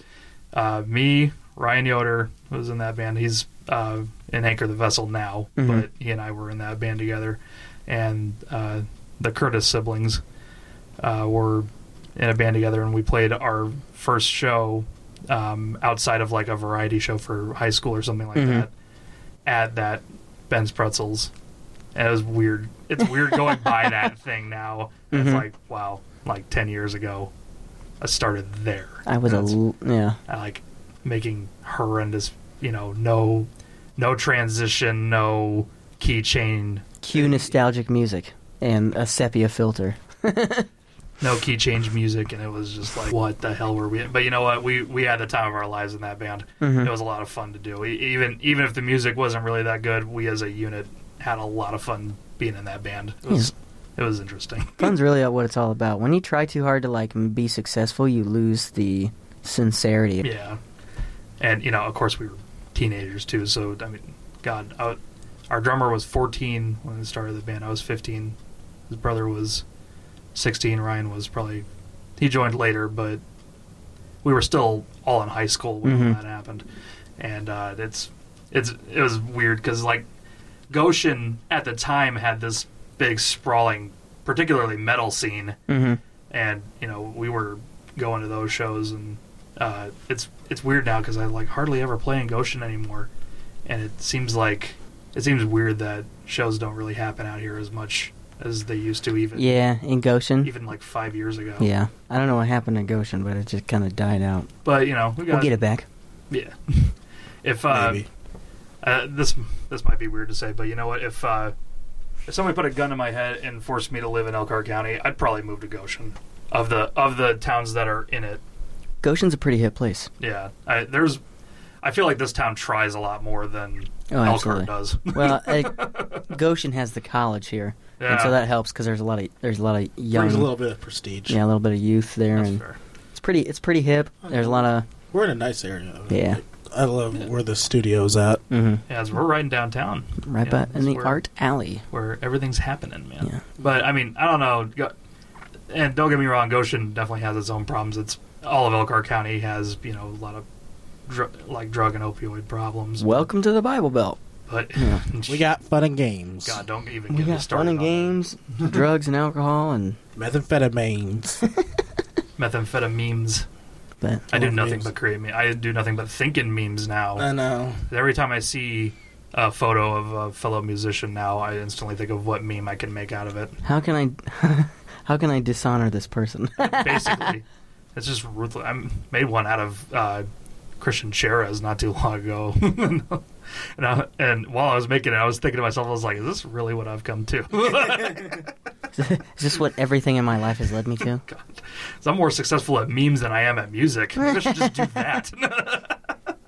uh, me, Ryan Yoder was in that band. He's uh, in Anchor the Vessel now, but he and I were in that band together. And uh, the Curtis siblings uh, were in a band together, and we played our first show um, outside of like a variety show for high school or something like that at that Ben's Pretzels. And it was weird. It's weird going by that thing now. And It's like wow, like ten years ago, I started there. I was a That's- l- yeah. I like making horrendous, you know, no, no transition, no keychain, Cue nostalgic music and a sepia filter. no key change music, and it was just like, what the hell were we? But you know what? We we had the time of our lives in that band. Mm-hmm. It was a lot of fun to do. E- Even even if the music wasn't really that good, we as a unit had a lot of fun being in that band. It was it was interesting. Fun's really what it's all about. When you try too hard to like m- be successful, you lose the sincerity. Yeah, and you know, of course, we were teenagers too. So I mean, God, I, would- our drummer was 14 when we started the band. I was 15. His brother was 16. Ryan was probably he joined later, but we were still all in high school when Mhm. that happened. And uh, it's it's it was weird because like Goshen at the time had this big sprawling, particularly metal scene hmm and you know we were going to those shows, and uh, it's it's weird now because I like hardly ever play in Goshen anymore, and it seems like it seems weird that shows don't really happen out here as much as they used to even Yeah, in Goshen. even like five years ago. Yeah, I don't know what happened to Goshen, but it just kind of died out. But you know we got We'll get it back. Yeah. if uh, Maybe. uh, this this might be weird to say, but you know what? If uh, if somebody put a gun to my head and forced me to live in Elkhart County, I'd probably move to Goshen. Of the of the towns that are in it, Goshen's a pretty hit place. yeah, I, there's. I feel like this town tries a lot more than Oh, Elkhart absolutely. does. Well, uh, Goshen has the college here, and Yeah. so that helps because there's a lot of there's a lot of young, Brings a little bit of prestige. yeah, a little bit of youth there, That's and fair. it's pretty it's pretty hip. There's a lot of We're in a nice area. though. Yeah. I love where the studio's at. hmm Yeah, it's- we're right in downtown, right Yeah, by in that's the where- art alley. where everything's happening, man. Yeah. But I mean, I don't know. Go- And don't get me wrong, Goshen definitely has its own problems. It's all of Elkhart County has you know a lot of dr- like drug and opioid problems. Welcome to the Bible Belt. But Yeah. We got fun and games. God, don't even We get me got fun started and on games, drugs and alcohol, and Methamphetamines. methamphetamines. but I do Love nothing memes. but create me. I do nothing but think in memes now. I know. Every time I see a photo of a fellow musician now, I instantly think of what meme I can make out of it. how can I how can I dishonor this person? Basically, it's just ruthless. I made one out of uh, Christian Cherez not too long ago. And, I, and while I was making it, I was thinking to myself, I was like, "Is this really what I've come to?" Oh Is this what everything in my life has led me to? So I'm more successful at memes than I am at music. Maybe I should just do that.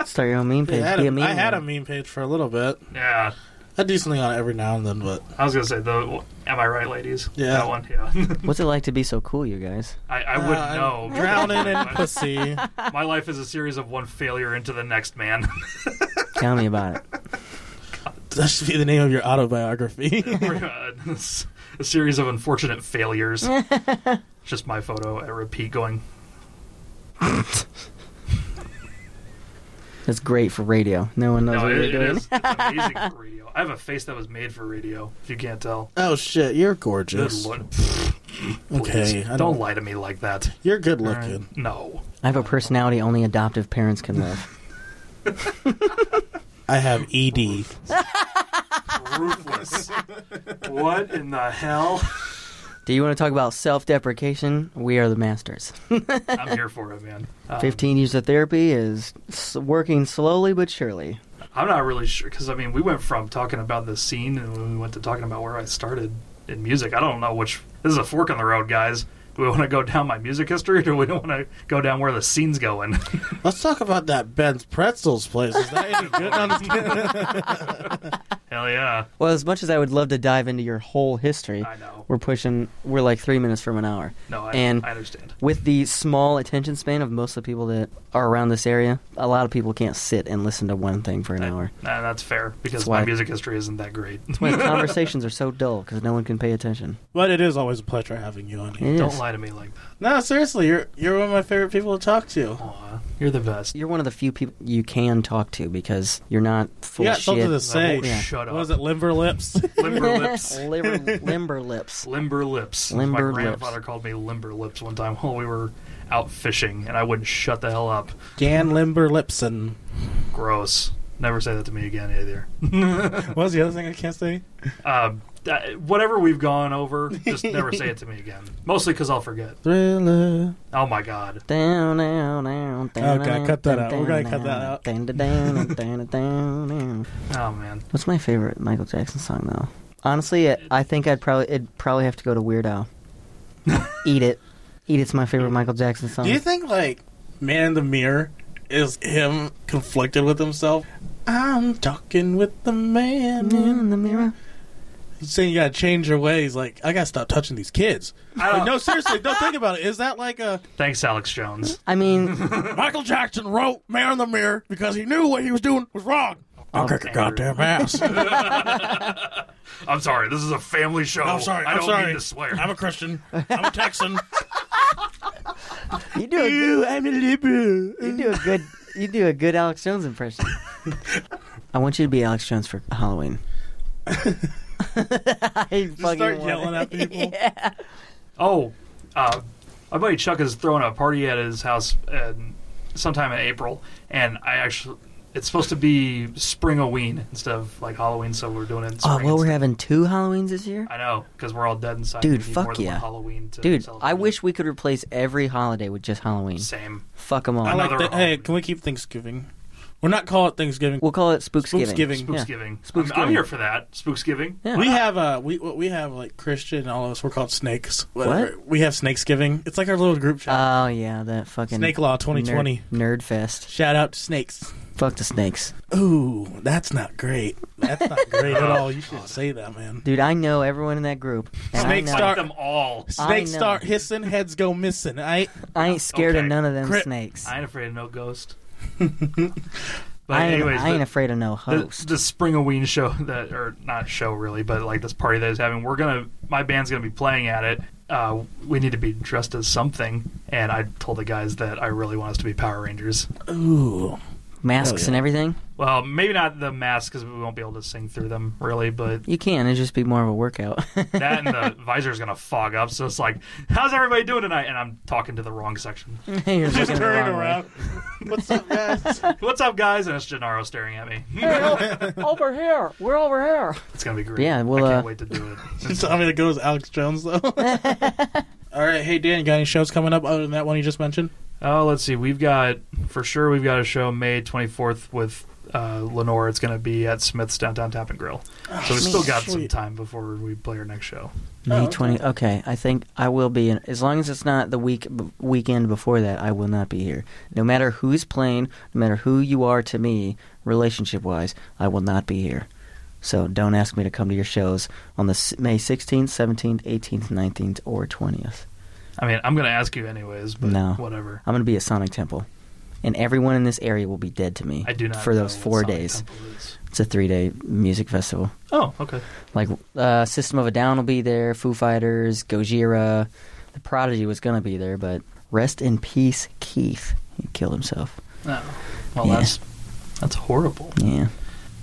Start your own meme page. I had, be a, a meme I had a man. meme page for a little bit. yeah. I do something on it every now and then, but I was gonna say the "Am I right, ladies?" Yeah. that one. Yeah, What's it like to be so cool, you guys? I, I wouldn't Uh, know. Drowning in My- pussy. My life is a series of one failure into the next, man. Tell me about it. That should be the name of your autobiography. uh, a series of unfortunate failures. Just my photo at repeat going. That's great for radio. No one knows No, what it, you're it doing. is. It's amazing for radio. I have a face that was made for radio. If you can't tell, oh shit, you're good gorgeous. look. okay, I don't, lie to me like that. You're good All right. looking. No, I have a personality only adoptive parents can love. I have E ED. ruthless. what in the hell? Do you want to talk about self deprecation? We are the masters. I'm here for it, man. Um, 15 years of therapy is s- working slowly but surely. I'm not really sure because I mean we went from talking about the scene and when we went to talking about where I started in music. I don't know which. This is a fork in the road, guys. Do we want to go down my music history, or do we want to go down where the scene's going? Let's talk about that Ben's Pretzels place. Is that any good? No, I'm just kidding. Hell yeah, Well, as much as I would love to dive into your whole history, I know. we're pushing, we're like three minutes from an hour. No, I, And- I understand. With the small attention span of most of the people that are around this area, a lot of people can't sit and listen to one thing for an hour. Nah, that's fair because That's why- my music history isn't that great. Why conversations are so dull because no one can pay attention. But it is always a pleasure having you on here. It Don't is. lie to me like that. No, seriously, you're you're one of my favorite people to talk to. Aw, you're the best. You're one of the few people you can talk to because you're not full You of got shit. something to say. Oh, Shut up. Was it Limber Lips? Limber lips. Limber, limber lips. Limber lips. Limber My lips. grandfather called me limber lips one time while we were out fishing, and I wouldn't shut the hell up. Dan Limber Lipson. Gross. Never say that to me again either. What was the other thing I can't say? Um, that- whatever we've gone over, just never say it to me again. Mostly because I'll forget. Thriller. Oh my god. Down, down, down, down. Oh, God, cut that out. We're gonna cut that out. Down, down, down, down, down. Oh man. What's my favorite Michael Jackson song though? Honestly, it, I think I'd probably it'd probably have to go to Weird Al. Eat it, eat it's my favorite Michael Jackson song. Do you think like Man in the Mirror is him conflicted with himself? I'm talking with the man Mm. in the mirror? He's saying you gotta change your ways. Like I gotta stop touching these kids. I don't- Like, no, seriously, don't think about it. Is that like a Thanks, Alex Jones. I mean, Michael Jackson wrote Man in the Mirror because he knew what he was doing was wrong. I'll kick your goddamn ass. I'm sorry. This is a family show. I'm sorry. I I'm don't sorry. mean to swear. I'm a Christian. I'm a Texan. you do a good, I'm a liberal. you do a good you do a good Alex Jones impression. I want you to be Alex Jones for Halloween. I fucking Just start want it. yelling at people. oh, uh, my buddy Chuck is throwing a party at his house um, sometime in April, and I actually it's supposed to be spring-a-ween instead of like Halloween, so we're doing it. Oh, In spring well, we're instead. having two Halloweens this year. I know because we're all dead inside. Dude, We need fuck more than one yeah. Halloween to Dude, celebrate. I wish we could replace every holiday with just Halloween. same. Fuck them all. I like Another that. Hey, Halloween. can we keep Thanksgiving? We're not call it Thanksgiving. We'll call it Spooksgiving. Spooksgiving. Spooksgiving. Spooksgiving. I'm, I'm here for that. Spooksgiving. Yeah. We have uh we what we have like Christian and all of us. We're called snakes. What? We have Snakesgiving. It's like our little group chat. Oh yeah, that fucking Snake Law 2020. nerd, nerd fest. Shout out to snakes. Fuck the snakes, Ooh, that's not great. That's not great at all. You should say that, man. dude. I know everyone in that group. And Snake I know, Fuck star- them all. I Snakes know. start hissing, heads go missing. I I ain't scared of Okay. none of them Cri- snakes. I ain't afraid of no ghost. but I ain't, anyways, I ain't the- afraid of no the, host. the spring a ween show that or not show really but like this party that is having we're gonna my band's gonna be playing at it uh, we need to be dressed as something and i told the guys that i really want us to be power rangers ooh. Oh, Masks yeah. and everything. well maybe not the masks because we won't be able to sing through them really but You can. It'd just be more of a workout. that and the visor's gonna fog up so it's like how's everybody doing tonight and i'm talking to the wrong section Mm. You're Just looking the turning wrong way. around. What's up, guys? what's up guys and it's gennaro staring at me over here. We're over here. it's gonna be great Yeah, well, i uh, can't wait to do it Just tell me that goes Alex Jones though. all right, hey Dan, got any shows coming up other than that one you just mentioned? Oh, let's see. We've got for sure. We've got a show May twenty fourth with uh, Lenore. It's going to be at Smith's Downtown Tap and Grill. So we've still got some Oh, sweet. time before we play our next show. May Oh, okay. twenty. Okay, I think I will be. In, as long as it's not the week b- weekend before that, I will not be here. No matter who's playing, no matter who you are to me, relationship wise, I will not be here. So don't ask me to come to your shows on the s- May sixteenth, seventeenth, eighteenth, nineteenth, or twentieth. I mean, I'm going to ask you anyways, but No. whatever. I'm going to be at Sonic Temple, and everyone in this area will be dead to me I do not for know those what four Sonic days. Temple is. It's a three day music festival. Oh, okay. Like uh, System of a Down will be there, Foo Fighters, Gojira, the Prodigy was gonna be there, but rest in peace, Keith. He killed himself. No. Oh. Well, Yeah. that's that's horrible. Yeah,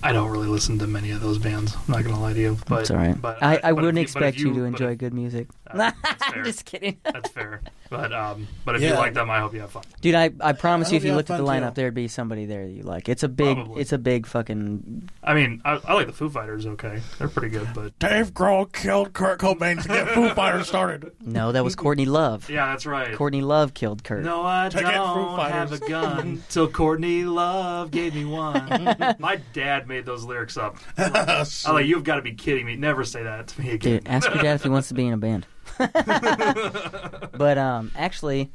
I don't really listen to many of those bands. I'm not going to lie to you, but it's all right. But uh, I, but I if wouldn't you- but if expect you, to but enjoy if- good music. uh, that's fair. I'm just kidding, That's fair. But um, but if you Yeah. like them, I hope you have fun. dude. I, I promise you, That'll if be you all looked at fun, the lineup, too. there'd be somebody there that you like. It's a big, Probably. it's a big fucking. I mean, I, I like the Foo Fighters. Okay, they're pretty good, but Dave Grohl killed Kurt Cobain to get Foo Fighters started. No, that was Courtney Love. yeah, that's right. Courtney Love killed Kurt. No, I Take it, Foo don't Fighters. have a gun till Courtney Love gave me one. My dad made those lyrics up. Uh, I'm like, you've got to be kidding me. Never say that to me again. Dude, ask your dad if he wants to be in a band. but um, actually,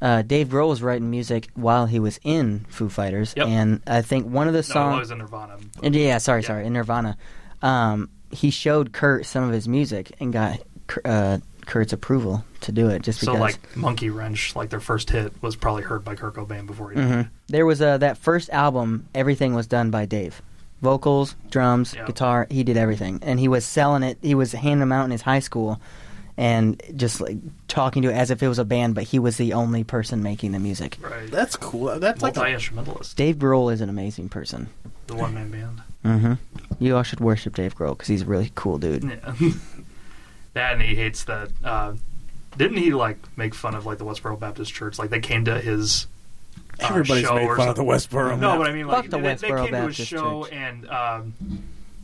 uh, Dave Grohl was writing music while he was in Foo Fighters, Yep. and I think one of the no, it songs. was in Nirvana. but- and yeah, sorry, Yeah. sorry, in Nirvana, um, he showed Kurt some of his music and got uh, Kurt's approval to do it, just So, because. like, Monkey Wrench, like their first hit, was probably heard by Kurt Cobain before he did. Mhm. There was uh, that first album. Everything was done by Dave. Vocals, drums, Yeah. guitar. He did everything, and he was selling it. He was handing them out in his high school, and just like talking to it as if it was a band. But he was the only person making the music. Right. That's cool. That's like Multi a, instrumentalist, Dave Grohl is an amazing person. the one man band. hmm You all should worship Dave Grohl because he's a really cool dude. Yeah. that and he hates that. Uh, didn't he, like, make fun of, like, the Westboro Baptist Church? Like, they came to his. uh, Everybody's show made or fun of the Westboro. No, but I mean, like, Fuck the they, they Westboro came to his Baptist show Church. and um,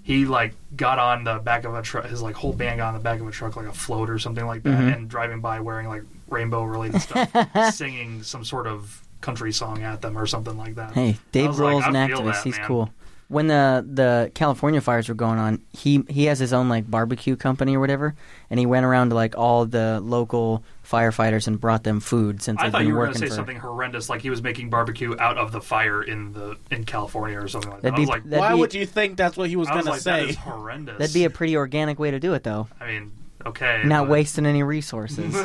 he like got on the back of a truck. His like whole band got on the back of a truck, like a float or something like that, Mhm. and driving by wearing like rainbow related stuff, singing some sort of country song at them or something like that. Hey, Dave was like, Grohl's I an feel activist. that, he's man. cool. When the the California fires were going on, he he has his own like barbecue company or whatever, and he went around to like all the local firefighters and brought them food since I they've thought been you were going working to say for. something horrendous, like he was making barbecue out of the fire in the in California or something like that. That'd I was be- like, that'd Why be- would you think that's what he was I was gonna like, that say? is horrendous. That'd be a pretty organic way to do it, though. I mean, okay, Not but- wasting any resources.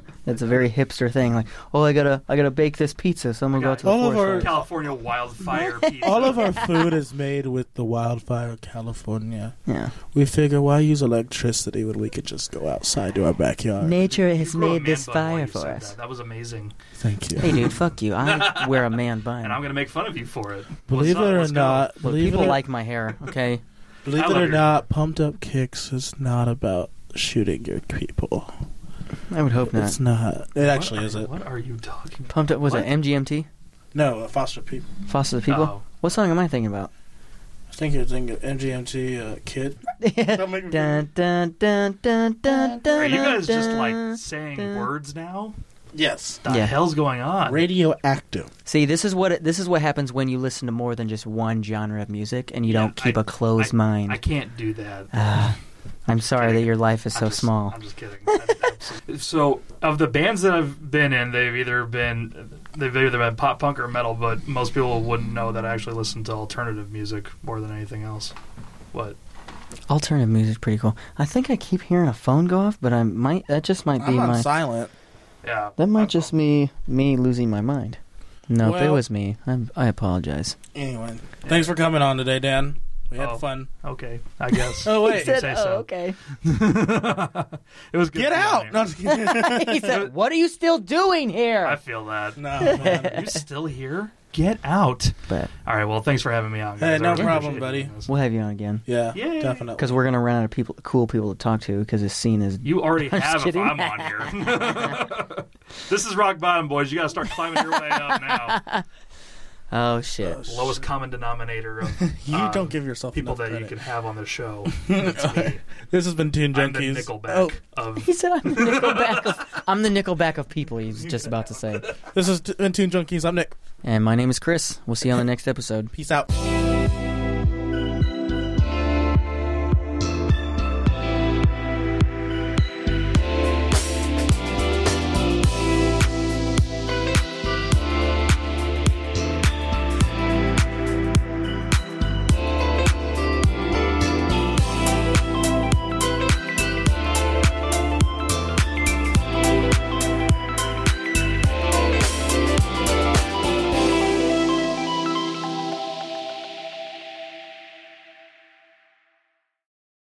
That's a very hipster thing. Like, oh, I gotta, I gotta bake this pizza. Someone go out to the All of forest. our- for it." California wildfire. pizza. All of our food is made with the wildfire of California. yeah. We figure why use electricity when we could just go outside to our backyard? Nature You has grew a made man this bun while fire you for said us. That. that was amazing. Thank you. Hey, dude, fuck you. I wear a man bun. and I'm going to make fun of you for it. Believe What's up? it or Let's go. not, Look, believe people it or, like my hair. Okay. believe I it love or your- not, pumped up kicks is not about shooting your people. I would hope not. It's not. It actually isn't. What are you talking about? Pumped up was What? it MGMT? No, uh, Foster People. Foster the People. Oh. What song am I thinking about? I think you're thinking of MGMT uh, Kid. Don't make me- dun, dun, dun, dun, dun, dun, Oh, Are you guys just dun. like saying words now? Yes. The Yeah. hell's going on? Radioactive. See, this is what this is what happens when you listen to more than just one genre of music and you Yeah, don't keep I- a closed mind. I can't do that. Ah, I'm sorry that kidding. your life is so I'm just, small. I'm just kidding. I'm- so, of the bands that I've been in, they've either been they've either been pop punk or metal, but most people wouldn't know that I actually listen to alternative music more than anything else. What? Alternative music's pretty cool. I think I keep hearing a phone go off, but I might that just might be I'm on my silent. Yeah. that I- might just be me losing my mind. No, it Well- was me. I'm, I apologize. Anyway, thanks for coming on today, Dan. We had Oh. fun. Okay, I guess. Oh wait, said, say "Oh, so." okay. it was good. Get being out! here. No, I'm just kidding. he said, "What are you still doing here?" I feel that. no, man. You still here? Get out. but All right. Well, thanks for having me on. Hey, guys. I no really problem, appreciate buddy. doing this. we'll have you on again Yeah, Yay. definitely. because we're gonna run out of people, cool people to talk to because this scene is. You already I'm just have if kidding. I'm on here. this is rock bottom, boys. You got to start climbing your way up now. Oh shit! Lowest common denominator of you um, don't give yourself people enough that you credit. can have on the show. It's me. This has been Teen I'm the Junkies. Oh. Nickelback of He said, "I'm the Nickelback of I'm the Nickelback of people." He's just about to say. Oh, this has t- been Teen Junkies. I'm Nick. And my name is Chris. We'll see you on the next episode. Peace out.